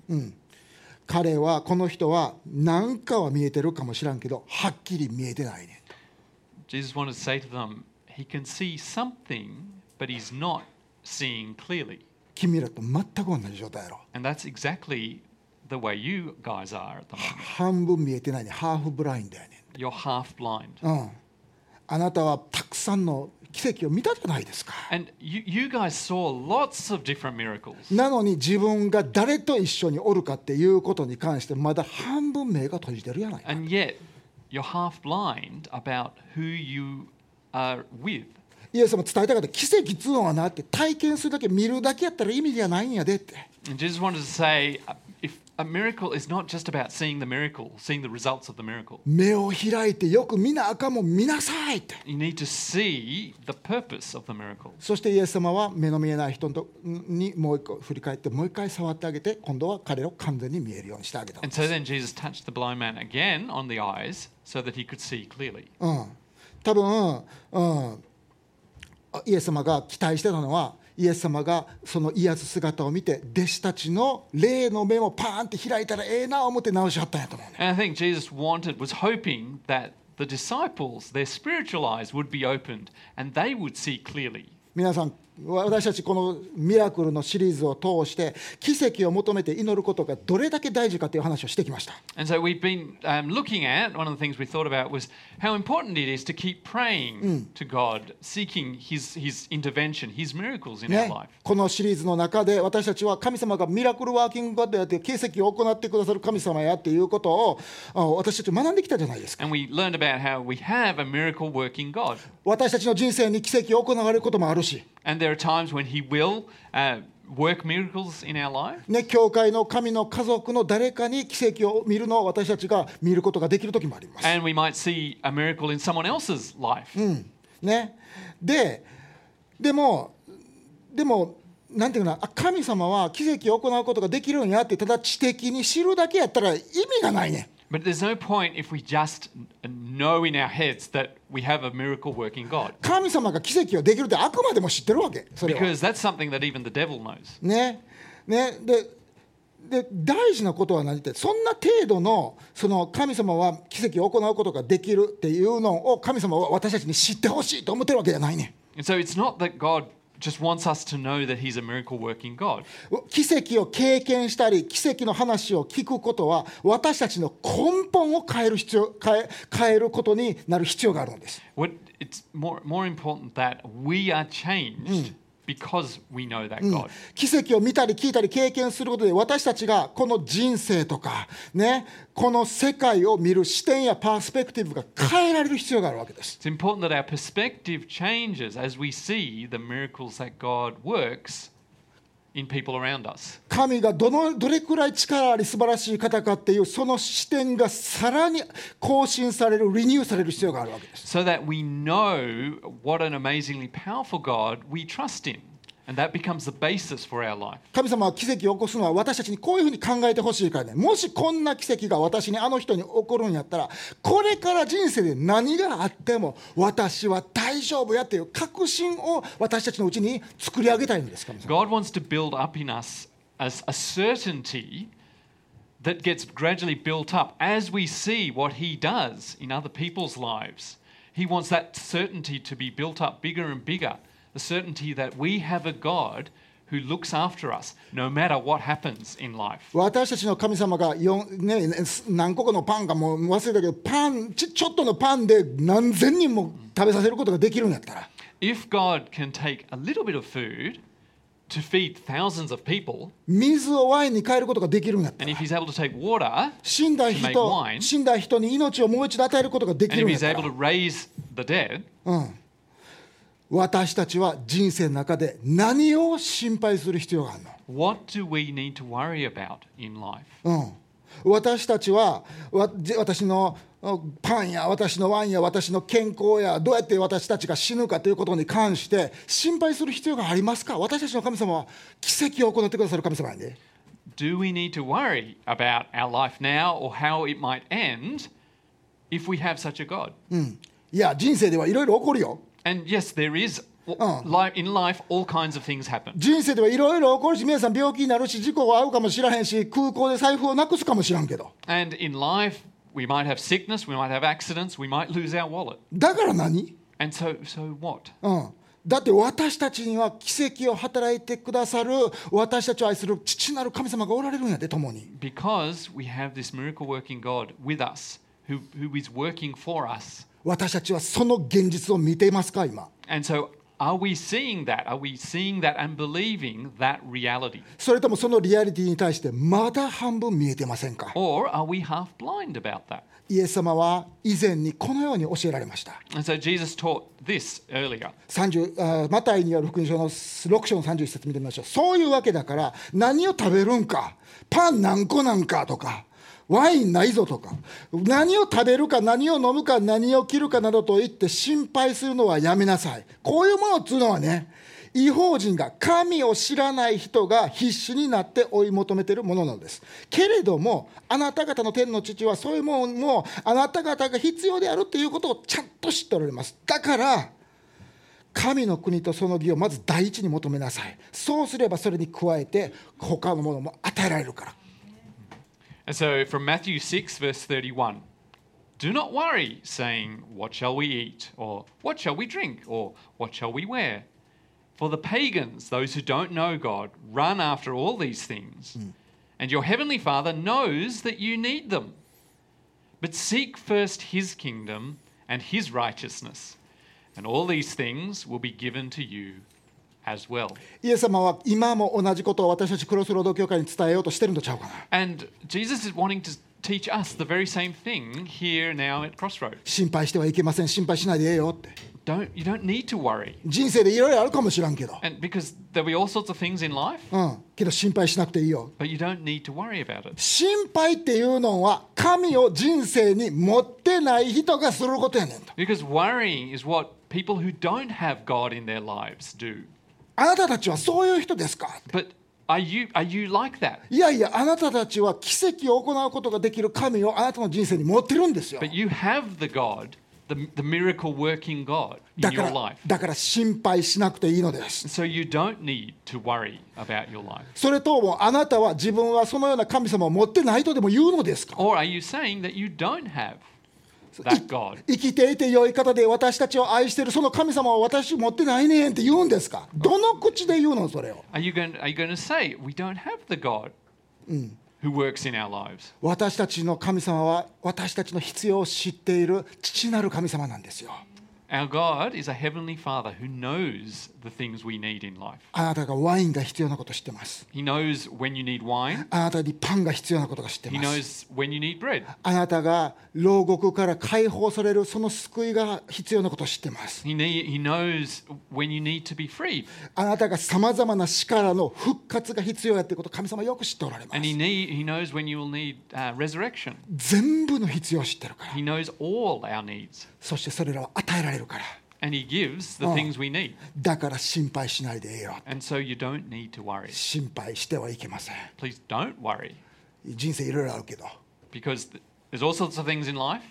彼はこの人は何かは見えてるかもしらんけどはっきり見えてないねん
Jesus wanted to say to them, "He can see something, but he's not seeing clearly."
君らと全く同じ状態やろ
And that's exactly the way you guys are at the moment.
半分見えてないねんハーフブラインドやね
You're half blind,
んうんあなたはたくさんの奇跡を見たじゃないですか
and you you guys saw lots of different miracles.
なのに自分が誰と一緒におるかっていうことに関してまだ半分目が閉じてるやないか
And yet, you're half blind about who you are with.
イエス様伝えたかった奇跡っつうのはなって体験するだけ見るだけやったら意味がないんやでって
And Jesus wanted to say, uh, if a miracle is not just about seeing the miracle, seeing the results of the miracle.
目を開いてよく見なあかんもん見なさいって
You need to see the purpose of the miracle.
そしてイエス様は目の見えない人のとにもう一個振り返ってもう一回触ってあげて今度は彼を完全に見えるようにしてあげた
And so then Jesus touched the blind man again on the eyes so that he could see clearly.
うん、多分、うん、イエス様が期待してたのはイエス様がその癒す姿を見て弟子たちの霊の目をパーンって開いたらええな思って直しはったんやと思うね
And I think Jesus wanted, was hoping that the disciples, their spiritual eyes would be opened and they would see clearly.
皆さん私たちこのミラクルのシリーズを通して奇跡を求めて祈ることがどれだけ大事かという話をしてきました
And so we've been um, looking at one of the things we thought about was how important it is to keep praying to God, seeking His His intervention, His miracles in our
ね
life.、
このシリーズの中で私たちは神様がミラクルワーキングガッドやって奇跡を行ってくださる神様やっていうことをあ私たち学んできたじゃないですか
And we learned about how we have a miracle working God,
私たちの人生に奇跡を行われることもあるし、
and there are times when He will uh, work miracles in our life.
ね、教会の神の家族の誰かに奇跡を見るのを私たちが見ることができる時もあります。
And we might see a miracle in someone else's life.
Hmm. ね、ででもでもなんていうかなあ神様は奇跡を行うことができるんやってただ知的に知るだけやったら意味がないねん。
But there's no point if we just n- know in our heads that we have a miracle working God,
神様が奇跡をできるってあくまでも知ってるわけそれは。
because that's something that even the devil knows.
ねねでで大事なことは何ってそんな程度のその神様は奇跡を行うことができるっていうのを神様は私たちに知ってほしいと思ってるわけじゃないね
And so it's not that God just wants us to know that He's a miracle working God.
ん奇跡を経験したり奇跡の話を聞くことは私たちの根本を変える必要変え変えることになる必要があるんです
What, it's more, more important that we are changed because we know
Hmm.
that God.
奇跡を見たり聞いたり経験することで私たちがこの人生とかねこの世界を見る視点やパースペクティブが変えられる必要があるわけです
It's important that our perspective changes as we see the miracles that God works in people around us.
神がどのどれくらい力あり素晴らしい方かっていうその視点がさらに更新されるリニューされる必要があるわけです
so that we know what an amazingly powerful God we trust in. And that becomes the basis for our life.
神様は奇跡を起こすのは私たちにこういうふうに考えてほしいからねもしこんな奇跡が私にあの人に起こるんやったらこれから人生で何があっても私は大丈夫やっていう確信を私たちのうちに作り上げたいんです神様
God wants to build up in us as a certainty that gets gradually built up as we see what He does in other people's lives. He wants that certainty to be built up bigger and bigger, the certainty that we have a God who looks after us no matter what happens in life.
私たちの神様がよん、ね、何個かのパンかもう忘れたけどパンちちょっとのパンで何千人も食べさせることができるんやったら。
If God can take a little bit of food to feed thousands of people,
水をワインに変えることができるんだった
and if He's able to take water,
死んだ
To
人
make wine.
死んだ人に命をもう一度与えることができ
and
る
if
んだっ
He's
た
able
ら
to raise the dead,
私たちは人生の中で何を心配する必要がある
what do we need to worry about in life?
の、うん、私たちはわじ私のうんパンや私のワインや私の健康やどうやって私たちが死ぬかということに関して心配する必要がありますか私たちの神様は奇跡を行ってくださる神様なんで
Do we need to worry about our life now or how it might end if we have such a God?
いや人生ではいろいろ起こるよ
And yes, there is.
Oh.
Life, in life, all kinds of things happen.
人生ではいろいろ起こるし皆さん病気になるし事故が合うかもしらへんし空港で財布をなくすかもしらんけど
And in life, we might have sickness, we might have accidents, we might lose our wallet.
だから何、
And so, so what?
うん、だって私たちには奇跡を働いてくださる私たちを愛する父なる神様がおられるんやで共に
Because we have this miracle working God with us, who, who is working for us.
私たちはその現実を見ていますか今
And so Are we seeing that? Are we seeing that and believing that reality?
それともそのリアリティに対してまだ半分見えてませんか
Or are we half blind about that?
イエス様は以前にこのように教えられました
And so Jesus taught this earlier.
30あーマタイによる福音書の6章の31節見てみましょうそういうわけだから何を食べるんかパン何個なんかとかワインないぞとか何を食べるか何を飲むか何を着るかなどと言って心配するのはやめなさいこういうものっつうのはね違法人が神を知らない人が必死になって追い求めているものなのですけれどもあなた方の天の父はそういうものをあなた方が必要であるということをちゃんと知っておられますだから神の国とその義をまず第一に求めなさいそうすればそれに加えて他のものも与えられるから
And so from Matthew 6, verse 31 Do not worry, saying, What shall we eat? Or what shall we drink? Or what shall we wear? For the pagans, those who don't know God, run after all these things. And your heavenly Father knows that you need them. But seek first his kingdom and his righteousness, and all these things will be given to you as well.
イエス様は今も同じことを私たちクロスロード教会に伝えようとしてるんとちゃうかな
And Jesus is wanting to teach us the very same thing here now at Crossroad.
心配してはいけません心配しないでええよって
Don't you don't need to worry.
人生でいろいろあるかもしらんけど、
And because there'll be all sorts of things in life,
うん、けど心配しなくていいよ
but you don't need to worry about it.
心配っていうのは神を人生に持ってない人がすることやねんと
Because worrying is what people who don't have God in their lives do.
あなたたちはそういう人ですか
But are you are you like that?
いやいやあなたたちは奇跡を行うことができる神をあなたの人生に持ってるんですよ
But you have the God, the, the miracle working God
だ
in
から
your life.
だから心配しなくていいのです
And so you don't need to worry about your life.
それともあなたは自分はそのような神様を持ってないとでも言うのですか
Or are you saying that you don't have that God?
生きていて良い方で私たちを愛しているその神様を私持ってないねんって言うんですかどの口で言うのそれを
Are you going? Are you going to say we don't have the God who works in our lives?
私たちの神様は私たちの必要を知っている父なる神様なんですよ
Our God is a heavenly Father who knows the things we need in life.
あなたがワインが必要なこと知ってます
He knows when you need wine.
あなたにパンが必要なことが知って
He
ます
knows when you need bread.
あなたが牢獄から解放されるその救いが必要なことを知ってます
He, nee- he knows when you need to be freed.
あなたがさまざまな死からの復活が必要やってこと神様よく知っておられま
And he,
す
nee- he knows when you will need uh, resurrection.
全部の必要を知ってるから
He knows all our needs.
そしてそれらは与えられるから
And he gives the things we need.
だから心配しないでええよ
And so you don't need to worry.
心配してはいけません
Please don't worry
人生いろいろあるけど
because th- there's all sorts of things in life.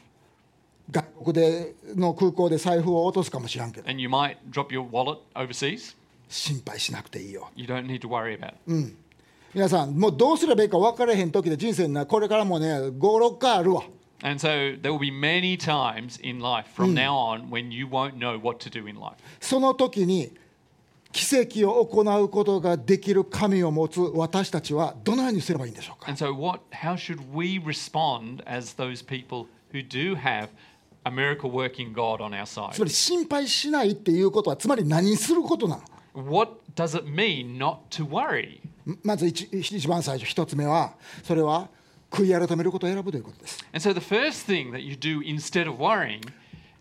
外国での空港で財布を落とすかもしらんけど
And you might drop your wallet overseas.
心配しなくていいよ
You don't need to worry about it.
皆さんもうどうすればいいか分からへん時で人生になこれからもね56回あるわ
And so there will be many times in life from now on when you won't know what to do in life.
その時に奇跡を行うことができる神を持つ私たちはどのようにすればいいんでしょうか
And so what how should we respond as those people who do have a miracle working God on our
つま
side?
り心配しないっていうことはつまり何することなの
What does it mean not to worry?
んまず一一番最初一つ目はそれは悔い改めることを選ぶということです
And so the first thing that you do instead of worrying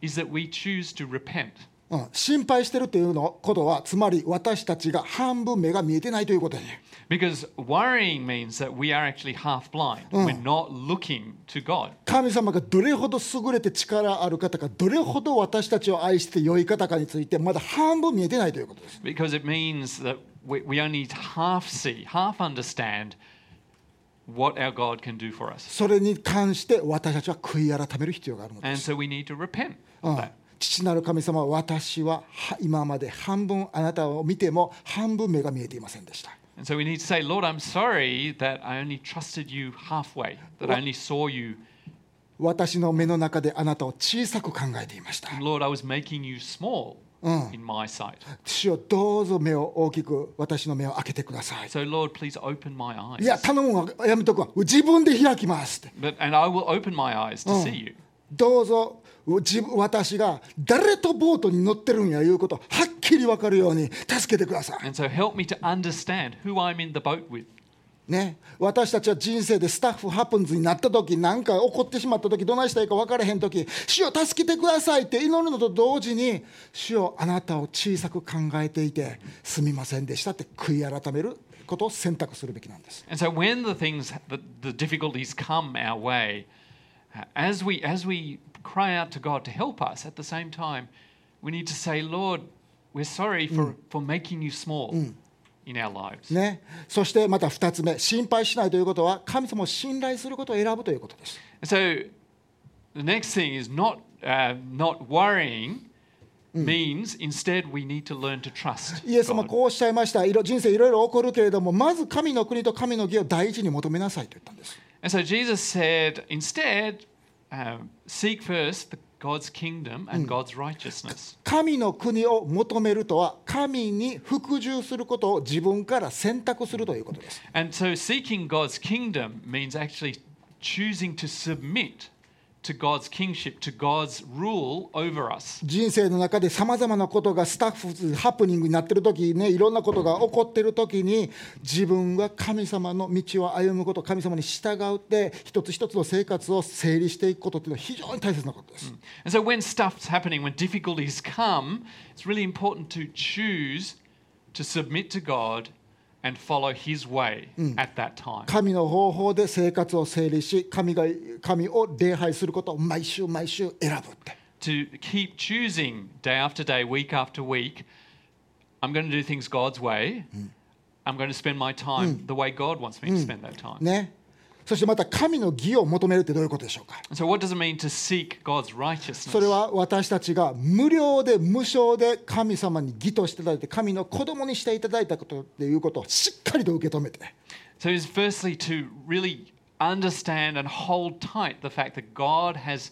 is that we choose to repent.
うん、心配してるというのことはつまり私たちが半分目が見えてないということやね
Because worrying means that we are actually half blind. We're not looking to God.
神様がどれほど優れて力ある方かどれほど私たちを愛して良い方かについてまだ半分見えてないということです
Because it means that we, we only half see, half understand what our God can do for us.
それに関して私たちは悔い改める必要があるので
And
す、
so we need to repent
う
of
ん
that.、
父なる神様私はは今まで半分あなたを見ても半分目が見えていませんでした
And so we need to say, Lord, I'm sorry that I only trusted you halfway, that I only saw you.
私の目の中であなたを小さく考えていました
Lord, I was making you small in my sight.
主よどうぞ目を大きく私の目を開けてください
So, Lord, please open my
いや
eyes.
頼むわやめとくわ自分で開きますって
But, and I will open my eyes to see you.
どうぞ自分私が誰とボートに乗ってるんやいうことはっきり分かるように助けてください、
And so help me to understand who I'm in the boat with.
ね、私たちは人生でスタッフハプンズになった時なんか起こってしまった時どないしたらいいか分からへん時主を助けてくださいって祈るのと同時に主をあなたを小さく考えていてすみませんでしたって悔い改めることを選択するべきなんです
And so when the things, the, the difficulties come our way, uh, as we, as we cry out to God to help us at the same time, we need to say, Lord, we're sorry for, for making you small in our lives.
ね、そしてまた2つ目心配しないということは神様を信頼することを選ぶということです
And so the next thing is not, uh, not worrying means instead we need to learn to trust
イエス様
God.
こうおっしゃいましたいろ人生いろいろ起こるけれどもまず神の国と神の義を大事に求めなさいと言ったんです
And so Jesus said, instead, um, seek first the, God's kingdom and God's righteousness.
神の国を求めるとは神に服従することを自分から選択するということです
And so seeking God's kingdom means actually choosing to submit to God's kingship, to God's rule over us.
人生の中でさまざまなことがスタッフハプニングになってる時ねいろんなことが起こってる時に自分が神様の道を歩むこと神様に従うって一つ一つの生活を整理していくことっていうのは非常に大切なことです、
And so when stuff's happening, when difficulties come, it's really important to choose to submit to God and follow his way at that time.
神の方法で生活を整理し神が神を礼拝することを毎週毎週選ぶって。
to keep choosing day after day, week after week, I'm going to do things God's way. I'm going to spend my time the way God wants me to spend that time.
ね、そしてまた神の義を求めるってどういうことでしょうか
And so, what does it mean to seek God's righteousness?
それは私たちが無料で無償で神様に義としていただいて神の子供にしていただいたことっていうことをしっかりと受け止めて
So, it's firstly to really understand and hold tight the fact that God has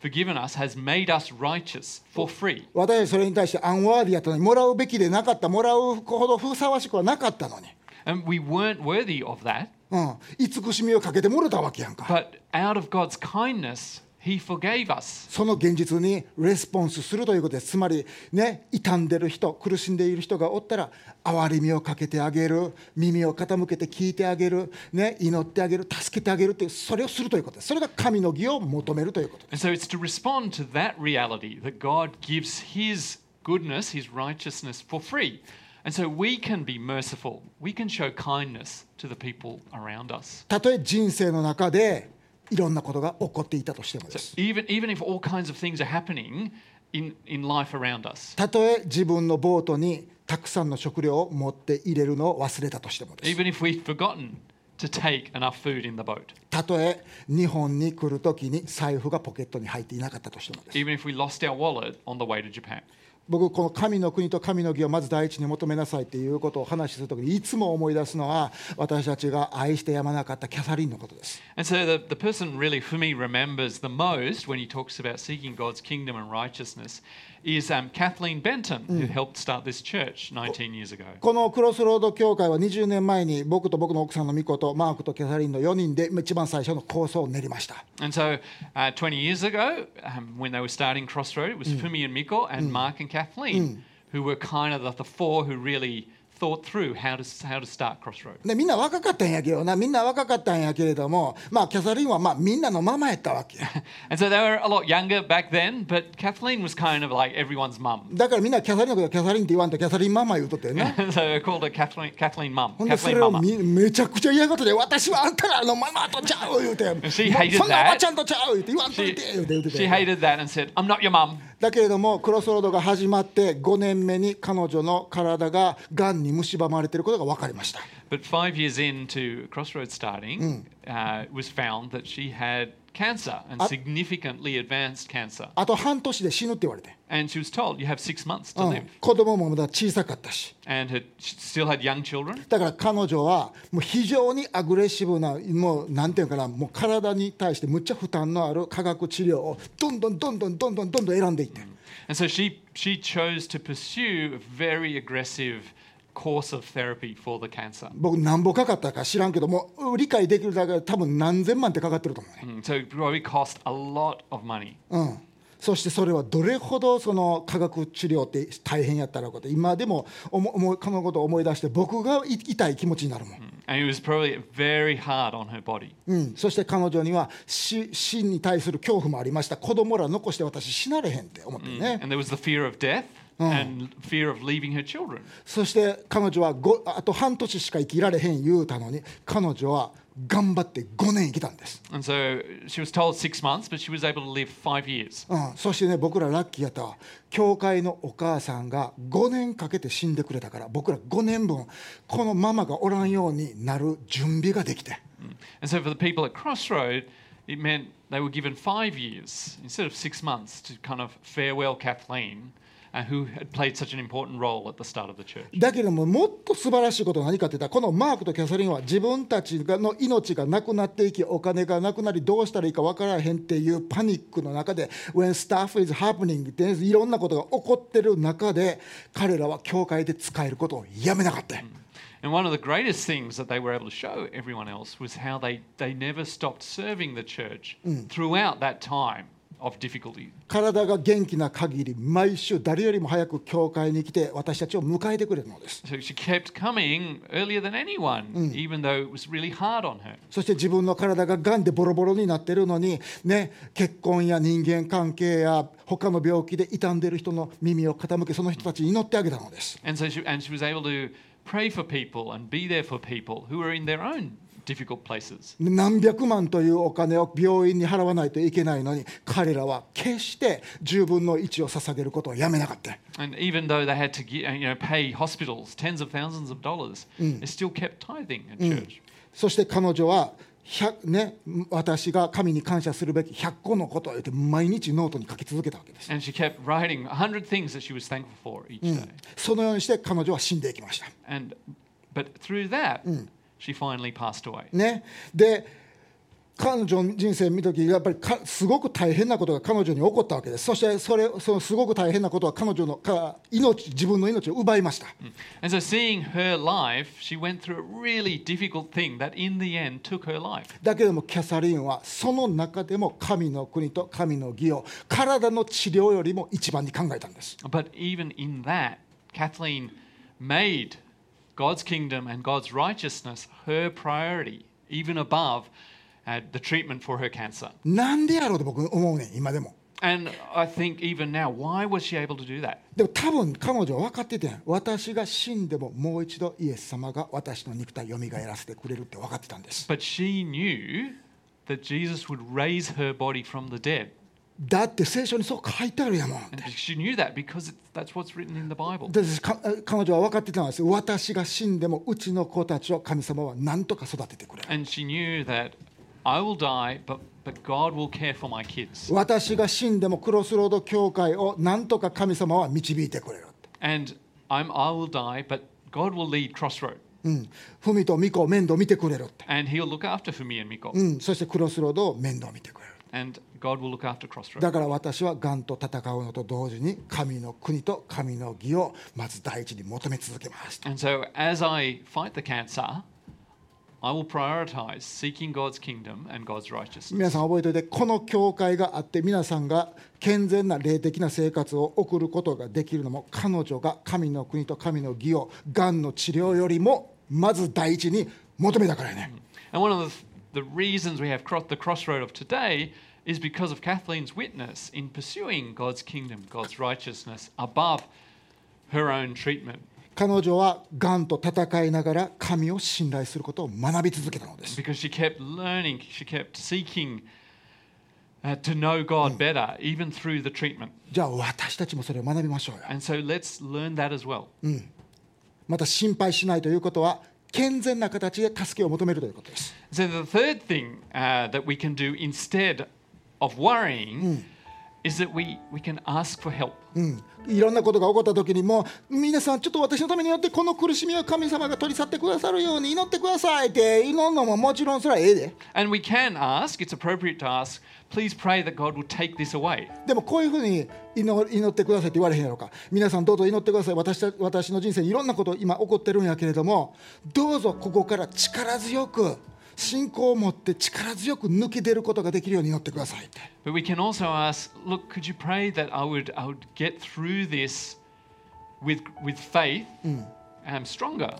forgiven us, has made us righteous for free.
私たちそれに対してアンワーディやったのにもらうべきでなかったもらうほどふさわしくはなかったのに、
And we weren't worthy of that,
うん、慈しみをかけてもらったわけやんか
but out of God's kindness, He forgave us.
その現実にレスポンスするということですつまりね傷んでる人苦しんでいる人がおったら憐れみをかけてあげる耳を傾けて聞いてあげる、ね、祈ってあげる助けてあげるっていうそれをするということですそれが神の義を求めるということです
And so it's to respond to that reality that God gives His goodness, His righteousness for free. And so we can be merciful. We can show kindness to the people around us.
たとえ人生の中でいろんなことが起こっていたとしてもです。
Even, even if all kinds of things are happening in, in life around us,
たとえ自分のボートにたくさんの食料を持って入れるのを忘れたとしてもです。
even if we've forgotten to take enough food in the boat,
たとえ日本に来るときに財布がポケットに入っていなかったとしてもです。
even if we lost our wallet on the way to Japan.
僕この神の国と神の義をまず第一に求めなさいっていうことを話しするときにいつも思い出すのは私たちが愛してやまなかったキャサリンのことです。
And so the, the person really, for me, remembers the most when he talks about seeking God's kingdom and righteousness is um, Kathleen Benton, who helped start this church 19 years ago.
このクロスロード教会は20年前に僕と僕の奥さんの巫女とマークとキャサリンの4人で一番最初の構想を練りました。
And so uh, 20 years ago, um, when they were starting Crossroad, it was Fumi and Miko and Mark and Kathleen, who were kind of the, the four who really thought through how to, how to start Crossroad.
でみんな若かったんやけどなみんな若かったんやけれどもまあキャサリンはまあみんなのママやったわけや
And so they were a lot younger back then, but Kathleen was kind of like everyone's mum.
だからみんなキャサリンのことはキャサリンって言わんとキャサリンママ言うとってね
so they called her Kathleen, Kathleen Mum,
ほんでそ
Kathleen
れを
Mama.
みめちゃくちゃ嫌がってて私はあんたらのママとちゃう言うて
She
もう
hated
そんなお
that.
ばちゃんとちゃう言うて言わんとい
She,
て言うて言うて
she
て
hated that and said, I'm not your mum.
だけれどもクロスロードが始まって5年目に彼女の体ががんに蝕まれていることが分かりました
But five years into Crossroads starting, uh, it was found that she had cancer and significantly advanced cancer.
あと半年で死ぬって言われて、
And she was told, You have six months to
うん
live.
子供もまだ小さかったし
And had, she still had young children.
だから彼女はもう非常にアグレッシブなもうなんていうのかなもう体に対してむっちゃ負担のある化学治療をどんどんどんどんどんどんどんどん選んでいって、
And so she, she chose to pursue a very aggressive course of therapy for the cancer.
僕何ぼかかったか知らんけどもう理解できるだけで多分何千万ってかかってると思うね、
Mm, So it probably cost a lot of money.
うん、そしてそれはどれほどその化学治療って大変やったらこと今でも思う思うこのことを思い出して僕がい痛い気持ちになるもん、
And it was probably very hard on her body.
うん、そして彼女には死死に対する恐怖もありました子供ら残して私死なれへんって思ってね、
Mm. And there was the fear of death and fear of leaving her children.
そして彼女はごあと半年しか生きられへん言うたのに彼女は頑張って5年生きたんです、
And so she was told six months, but she was able to live five years.
うん、そしてね僕らラッキーやったわ教会のお母さんが5年かけて死んでくれたから僕ら5年分このママがおらんようになる準備ができて
And so for the people at Crossroad, it meant they were given five years instead of six months to kind of farewell Kathleen, uh, who had played such an important role at the start of the church.
だけどももっと素晴らしいことは何かって言ったらこのマークとキャサリンは自分たちがの命がなくなっていきお金がなくなりどうしたらいいか分からへんっていうパニックの中で「When stuff is happening」っていろんなことが起こってる中で彼らは教会で使えることをやめなかった。
And one of the greatest things that they were able to show everyone else was how they, they never stopped serving the church throughout that time of difficulty.
体が元気な限り毎週誰よりも早く教会に来て私たちを迎えてくれるのです。
So she kept coming earlier than anyone, even though it was really hard on her.
そして自分の体ががんでボロボロになってるのに、ね、結婚や人間関係や他の病気で傷んでる人の耳を傾けその人たちに祈ってあげたのです。
And so she, and she was able to pray for people and be there for people who were in their own difficult places.
何百万というお金を病院に払わないといけないのに彼らは決して10分の1を捧げることをやめなかった。
And even though they had to gi- uh, you know, pay hospitals tens of thousands of dollars, they still kept tithing at church.
そして彼女は100ね、私が神に感謝するべき100個のことを言って毎日ノートに書き続けたわけです。
And she kept writing 100 things that she was thankful for each
Mm.
day.
そのようにして彼女は死んでいきました。
And, but through that, she finally passed away.
ね、で彼女の人生見た時やっぱりかすごく大変なことが彼女に起こったわけですそしてそれそのすごく大変なことは彼女のか命自分の命を奪いました、
And so, seeing her life, she went through a really difficult thing that in the end took her life.
だけどもキャサリンはその中でも神の国と神の義を体の治療よりも一番に考えたんです
But even in that, Kathleen made God's kingdom and God's righteousness her priority, even above uh, the treatment for her cancer.
なんでやろうと僕思うねん今でも
And I think even now, why was she able to do that?
でも多分彼女は分かっててん私が死んでももう一度イエス様が私の肉体を蘇らせてくれるって分かってたんです
But she knew that Jesus would raise her body from the dead.
だって聖書にそう書いてあるやもん
And she knew that because it, that's what's written in the Bible.
でか彼女は分かってたんですよ私が死んでもうちの子たちを神様は何とか育ててくれる
And she knew that I will die, but, but God will care for my kids.
私が死んでもクロスロード教会を何とか神様は導いてくれる、
And I'm, I will die, but God will lead Crossroad.
うん、文と巫女を面倒見てくれるって、
and he'll look after Fumi and Miko,
うん、そしてクロスロードを面倒見てくれる
and God will look after Crossroad.
だから私はがんと戦うのと同時に神の国と神の義をまず第一に求め続けますと
and so, as I fight the cancer, I will prioritize seeking God's kingdom and God's righteousness.
皆さん覚えておいてこの教会があって皆さんが健全な霊的な生活を送ることができるのも彼女が神の国と神の義をがんの治療よりもまず第一に求めたからやね、
And one of the, the reasons we have cro- the crossroad of today is because of Kathleen's witness in pursuing God's kingdom, God's righteousness above her own treatment,
彼女はがんと戦いながら神を信頼することを学び続けたのです
because she kept learning, she kept seeking uh, to know God better, even through the treatment.
じゃあ私たちもそれを学びましょうよ
And so, let's learn that as well.
また心配しないということは健全な形で助けを求めるということです
So the third thing uh, that we can do instead of worrying is that we, we can ask for help.
いろんなことが起こった時にも皆さんちょっと私のためによってこの苦しみを神様が取り去ってくださるように祈ってくださいって祈るのももちろんそれはええで
And we can ask, it's appropriate to ask, please pray that God will take this away.
でもこういうふうに祈祈ってくださいって言われへんやろか皆さんどうぞ祈ってください私た私の人生にいろんなこと今起こってるんやけれどもどうぞここから力強く信仰を持って力強く抜け出ることができるように祈ってくださいって
But we can also ask, look, could you pray that I would, I would get through this with, with faith and I'm stronger?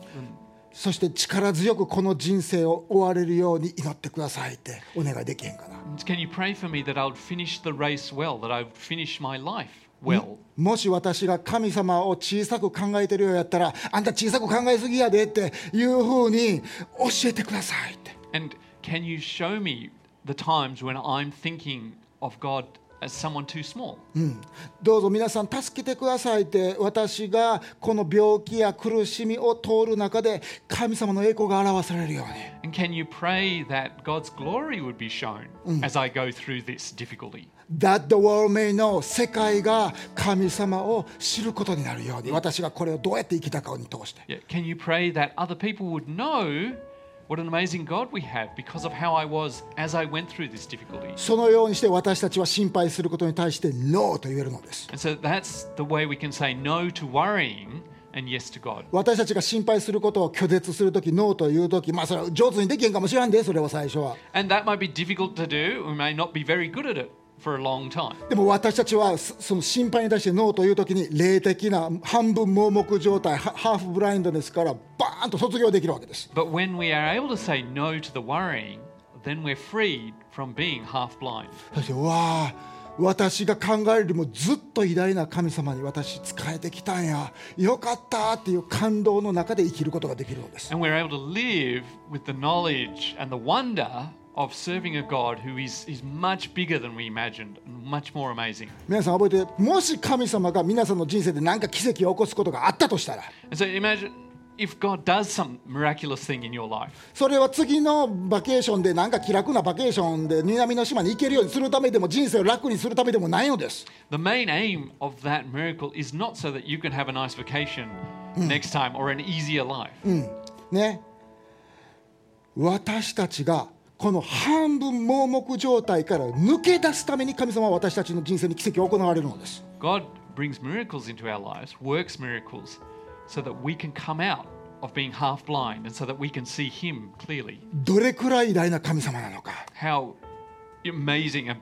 そして力強くこの人生を終われるように祈ってくださいってお願いできへんかな
And can you pray for me that I would finish the race well, that I would finish my life well?
もし私が神様を小さく考えてるようやったらあんた小さく考えすぎやでっていうふうに教えてくださいって
And can you show me the times when I'm thinking of God as someone too small?
Mm. どうぞ皆さん助けてくださいって私がこの病気や苦しみを通る中で神様の栄光が表されるように
And can you pray that God's glory would be shown as I go through this difficulty?
That the world may know 世界が神様を知ることになるように私がこれをどうやって生きたかに通して
Yeah. Can you pray that other people would know what an amazing God we have because of how I was as I went through this difficulty?
そのようにして私たちは心配することに対してノーと言えるのです
And so that's the way we can say no to worrying and yes to God.
私たちが心配することを拒絶するときノーというときまあそれは上手にできへんかもしれんでそれは最初は
And that might be difficult to do. We may not be very good at it for a long time.
でも私たちはそその心配に対してノーというときに霊的な半分盲目状態ハハーフブラインドですからバーンと卒業できるわけです
But when we are able to say no to the worrying, then we're freed from being half blind.
そしてうわあ私が考えるよりもずっと偉大な神様に私仕えてきたんやよかったっていう感動の中で生きることができるのです
And we're able to live with the knowledge and the wonder of serving a God who is, is much bigger than we imagined and much more amazing.
皆さん覚えてもし神様が皆さんの人生で何か奇跡を起こすことがあったとしたら
And so imagine if God does some miraculous thing in your life.
それは次のバケーションで何か気楽なバケーションで南の島に行けるようにするためでも人生を楽にするためでもないのです
The main aim of that miracle is not so that you can have a nice vacation next time or an easier life.
ね私たちがこの半分盲目状態から抜け出すために神様は私たちの人生に奇跡を行われるのです
God brings miracles into our lives, works miracles, so that we can come out of being half blind and so that we can see Him clearly.
どれくらい偉大な神様なのか
How amazing and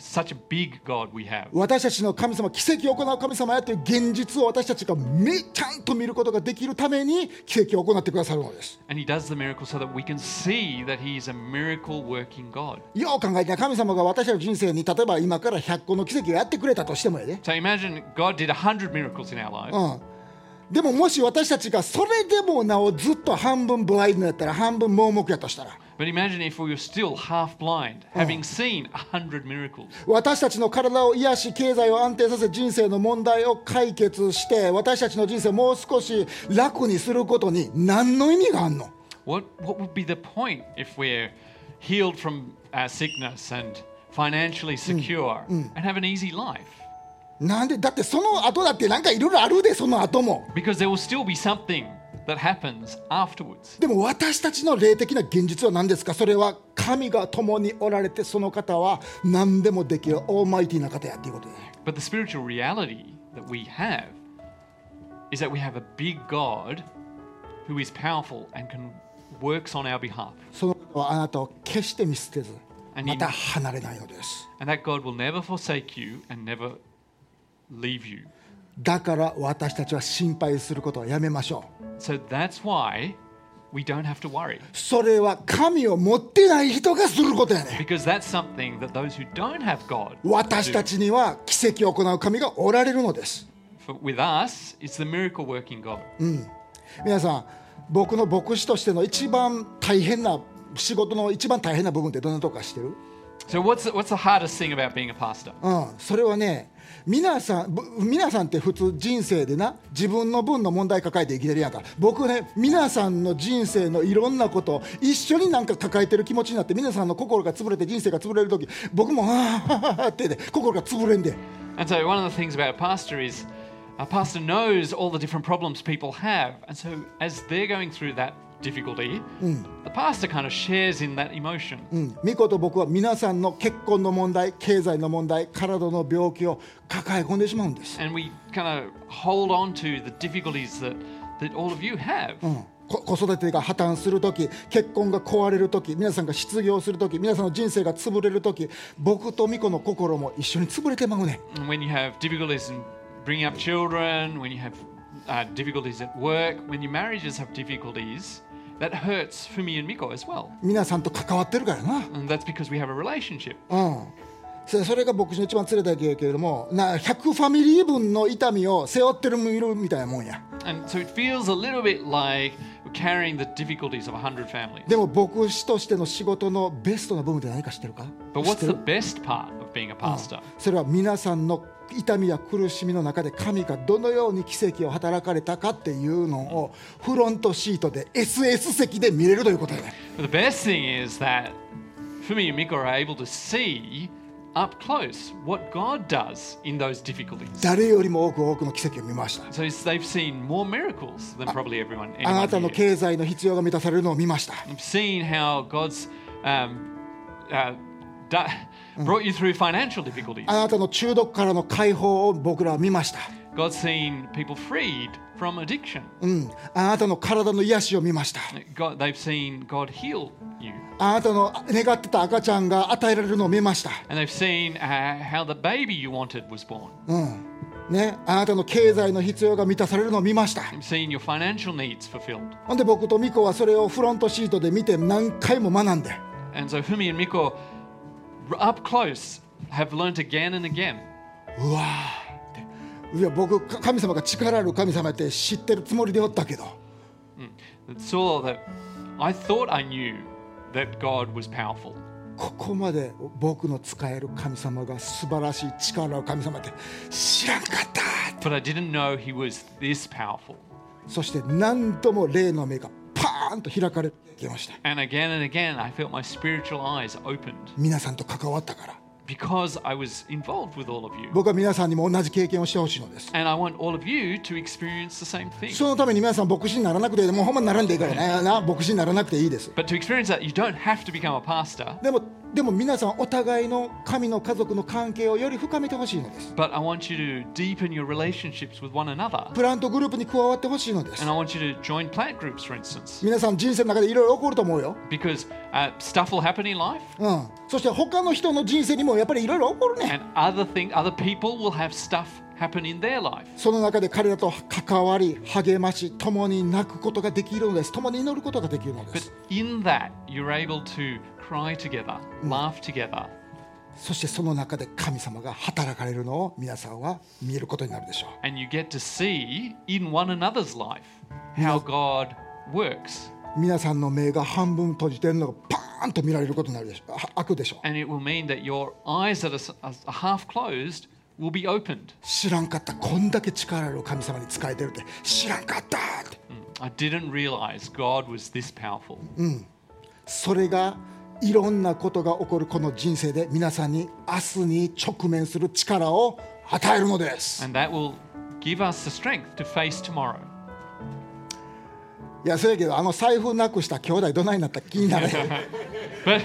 such a big God we have.
私たちの神様奇跡を行う神様やという現実を私たちがめちゃんと見ることができるために奇跡を行ってくださるのです
And He does the miracle so that we can see that He is a miracle working God.
よう考えて神様が私たちの人生に例えば今から100個の奇跡をやってくれたとしてもやで
So imagine God did 100 miracles in our lives.
でももし私たちがそれでもなおずっと半分ブラインドやったら半分盲目やとしたら
But imagine if we were still half blind, having seen a hundred miracles.
私たちの体を癒し経済を安定させ人生の問題を解決して私たちの人生をもう少し楽にすることに何の意味があんの
What what would be the point if we're healed from our sickness and financially secure and have an easy life?
なんでだってその後だってなんかいろいろあるでその後も
Because there will still be something that happens afterwards.
でも私たちの霊的な現実は何ですかそれは神が共におられてその方は何でもできるオーマイティーな方やっていうことで
But the spiritual reality that we have is that we have a big God who is powerful and can works on our behalf.
その方はあなたを決して見捨てず
And
ま
he-
た離れないのです
And that God will never forsake you and never leave you.
だから私たちは心配することをやめましょう
So that's why we don't have to worry.
それは神を持ってない人がすることやね
Because that's something that those who don't have God
私た
do.
ちには奇跡を行う神がおられるのです
For with us, it's the miracle working God.
皆さん僕の牧師としての一番大変な仕事の一番大変な部分ってどんなとこか知ってる
So what's the, what's the hardest thing about being a pastor?
うん、それはね皆さんぶ皆さんって普通人生でな自分の分の問題抱えて生きてるやんか僕ね皆さんの人生のいろんなこと一緒になんか抱えてる気持ちになって皆さんの心が潰れて人生が潰れる時僕も「ああ」って、ね、心が潰れんで
And so one of the things about a pastor is a pastor knows all the different problems people have. And so as they're going through that difficulty, the pastor kind of shares in that emotion.
巫女と僕は皆さんの結婚の問題経済の問題体の病気を抱え込んでしまうんです
And we kind of hold on to the difficulties that, that all of you have.
こ子育てが破綻する時結婚が壊れる時皆さんが失業する時皆さんの人生が潰れる時僕と巫女の心も一緒に潰れてまうねん
And when you have difficulties in bringing up children, when you have uh, difficulties at work, when your marriages have difficulties, that hurts Fumi and Miko as well.
皆さんと関わってるからな
And that's because we have a relationship.
うんそそれが牧師の一番つれたけれどもな100ファミリー分の痛みを背負ってるみたいなもんや
And so it feels a little bit like we're carrying the difficulties of 100 families.
でも牧師としての仕事のベストな部分って何か知ってるか
But
知っ
what's
て
the
る
best part of being a pastor?
それは皆さんの痛みや苦しみの中で神がどのように奇跡を働かれたかっていうのをフロントシートで SS 席で見れるということやね
But the best thing is that Fumi and Miko are able to see up close what God does in those difficulties.
誰よりも多く多くの奇跡を見ました
So it's- they've seen more miracles than probably everyone.
あ
anyone
なたの
here.
経済の必要が満たされるのを見ました
I've seen how God's um, uh, da- brought you through financial difficulties.
あなたの中毒からの解放を僕らは見ました
God's seen people freed from addiction.
うん、あなたの体の癒しを見ました。
God, they've seen God heal you.
あなたの願ってた赤ちゃんが与えられるのを見ました。
And they've seen uh, how the baby you wanted was born.
うん。ね、あなたの経済の必要が満たされるのを見ました。
They've seen your financial needs fulfilled.
ほんで僕とミコはそれをフロントシートで見て何回も学んで、
And so Fumi and Miko, r- up close, have learnt again and again.
うわーって。いや僕か神様が力ある神様やって知ってるつもりでおったけど
That saw that I thought I knew that God was powerful.
ここまで僕の使える神様が素晴らしい力を神様って知らんかった
But I didn't know he was this powerful.
そして何度も霊の目がパーンと開かれてました
And again and again, I felt my spiritual eyes opened
皆さんと関わったから
because I was involved with all of you.
僕は皆さんにも同じ経験をしてほしいのです
And I want all of you to experience the same thing.
そのために皆さん牧師にならなくてもうほんまにならんでいいからねな牧師にならなくていいです
But to experience that, you don't have to become a pastor.
でもでも皆さんお互いの神の家族の関係をより深めてほしいのです
But I want you to deepen your relationships with one another.
プラントグループに加わってほしいのです
And I want you to join plant groups, for instance,
皆さん人生の中でいろいろ起こると思うよ、
because uh, stuff will happen in life,
うん、そして他の人の人生にもやっぱりいろいろ起こるね
and other thing, other people will have stuff happen in their life.
その中で彼らと関わり励まし共に泣くことができるのです共に祈ることができるので
But
す
in that, you're able to cry together, laugh together,
そしてその中で神様が働かれるのを皆さんは見えることになるでしょう
and you get to see in one another's life how God works.
皆さんの目が半分閉じてるのがパーンと見られることになるでしょうあ開くでしょう
And it will mean that your eyes that are, s- are half closed will be opened.
知らんかったこんだけ力ある神様に仕えてるって知らんかったって
Hmm. I didn't realize God was this powerful.
それがいろんなことが起こるこの人生で皆さんに明日に直面する力を与えるのです、
And that will give us the strength to face tomorrow.
い、やそうやけどあの財布なくした兄弟どないなった気に なる
But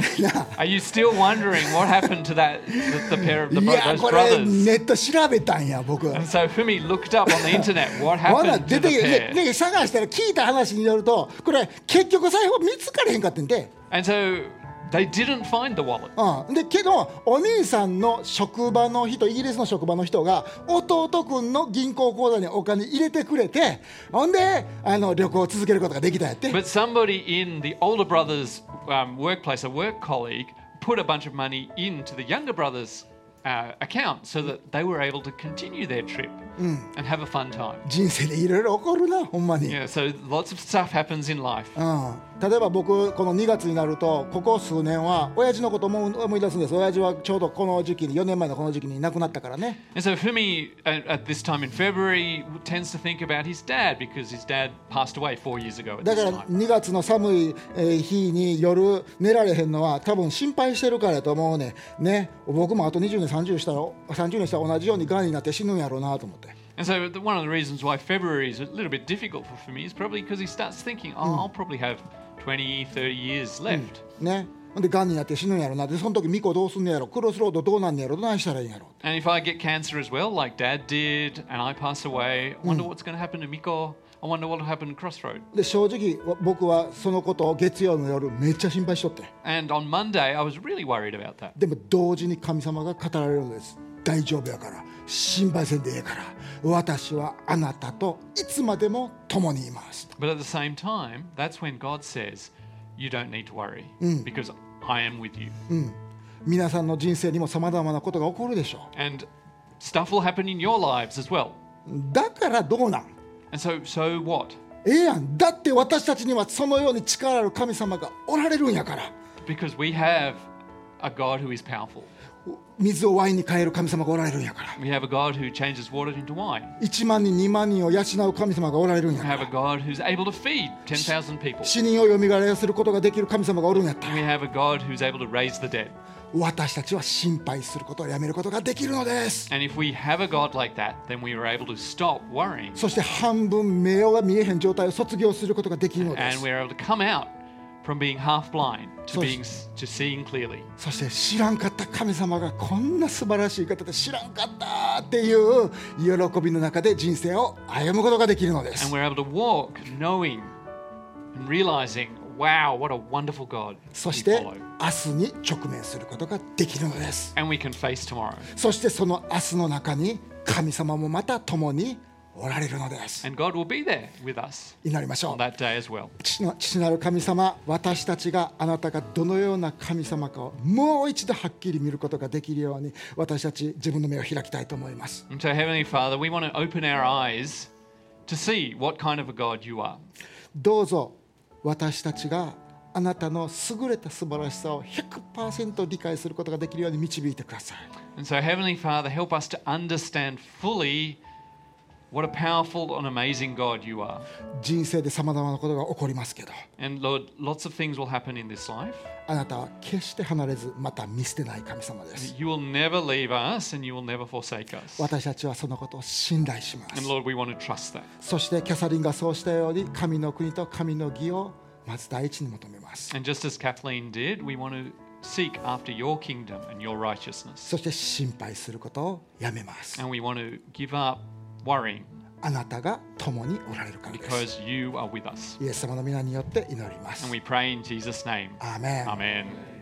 are you still wondering what happened to that the, the pair of the
い
bro-
や
those
これ
brothers?
ネット調べたんや僕
And so Fumi looked up on the internet what
まだ
happened to
出
the
てきて、ね
pair.
ね探したら聞いた話によるとこれ結局財布見つかれへんかってんで
And so they didn't find the wallet.
うん、でけどお兄さんの職場の人イギリスの職場の人が弟くんの銀行口座にお金入れてくれてほんであの旅行を続けることができたんやって
But somebody in the older brother's um, workplace, a work colleague, put a bunch of money into the younger brother's uh, account so that they were able to continue their trip and have a fun time.
人生でいろいろ起こるなほんまに、
Yeah, so lots of stuff happens in life.
うん、例えば僕この2月になるとここ数年は親父のこと思う思い出すんです親父はちょうどこの時期に4年前のこの時期に亡くなったからね
And so Fumi, at, at this time in February, tends to think about his dad because his dad passed away four years ago at
だか
this
ら
time.
2月の寒いえー日に夜寝られへんのは多分心配してるからやと思うねんね僕もあと20年30したら30年したら同じようにがんになって死ぬんやろうなと思って
And so the, one of the reasons why February is a little bit difficult for Fumi is probably because he starts thinking, oh, I'll probably have 20, 30 years left.
ねほんでがんになって死ぬんやろうなでその時巫女どうすんのやろクロスロードどうなんのやろどないしたらいいんやろ
And if I get cancer as well, like Dad did, and I pass away, I wonder what's going to happen to Miko. I I wonder what happened at Crossroad.
で正直僕はそのことを月曜の夜めっちゃ心配しとって
And on Monday, I was really worried about that.
でも同時に神様が語られるんです大丈夫やから心配せんでええから私はあなたといつまでも共にいます
But at the same time, that's when God says, You don't need to worry because I am with you.
皆さんの人生にもさまざまなことが起こるでしょ
And stuff will happen in your lives as well.
うだからどうなん
And so, so what?
ええやんだって私たちにはそのように力ある神様がおられるんやから
Because we have a God who is powerful.
水をワインに変える神様がおられるんやから
We have a God who changes water into wine.
1万人2万人を養う神様がおられるんや
We
から
have a God who's able to feed 10,000 people.
死人を蘇らせることができる神様がおるんやったら
We have a God who's able to raise the dead.
私たちは心配することをやめることができるのです
And if we have a God like that, then we are able to stop worrying
そして半分目が見えへん状態を卒業することができるので
and
す
we're able to come out from being half blind
So-
to being to seeing clearly.
そして知らんかった神様がこんな素晴らしい方で知らんかったっていう喜びの中で人生を歩むことができるのです
And we're able to walk knowing and realizing, wow, what a wonderful God
そ
we
して明
follow.
日に直面することができるのです
And we can face tomorrow.
そしてその明日の中に神様もまた共におられるのです
And God will be there with us
祈りましょ
on
う
that day as well.
父の父なる神様私たちがあなたがどのような神様かをもう一度はっきり見ることができるように私たち自分の目を開きたいと思います
And so, Heavenly Father, we want to open our eyes to see what kind of a God you are.
どうぞ私たちがあなたの優れた素晴らしさを100%理解することができるように導いてください
And so, Heavenly Father, help us to understand fully what a powerful and amazing God you are.
人生でさまざまなことが起こりますけど
And Lord, lots of things will happen in this life.
あなたは決して離れずまた見捨てない神様です
You will never leave us and you will never forsake us.
私たちはそのことを信頼します
And Lord, we want to trust that.
そしてキャサリンがそうしたように神の国と神の義をまず第一に求めます
And just as Kathleen did, we want to seek after your kingdom and your righteousness.
そして心配することをやめます。
And we want to give up worrying
あなたが共におられるからです。
because you are with us.
イエス様の皆によって祈ります
And。we pray in Jesus' name.
アーメン
Amen.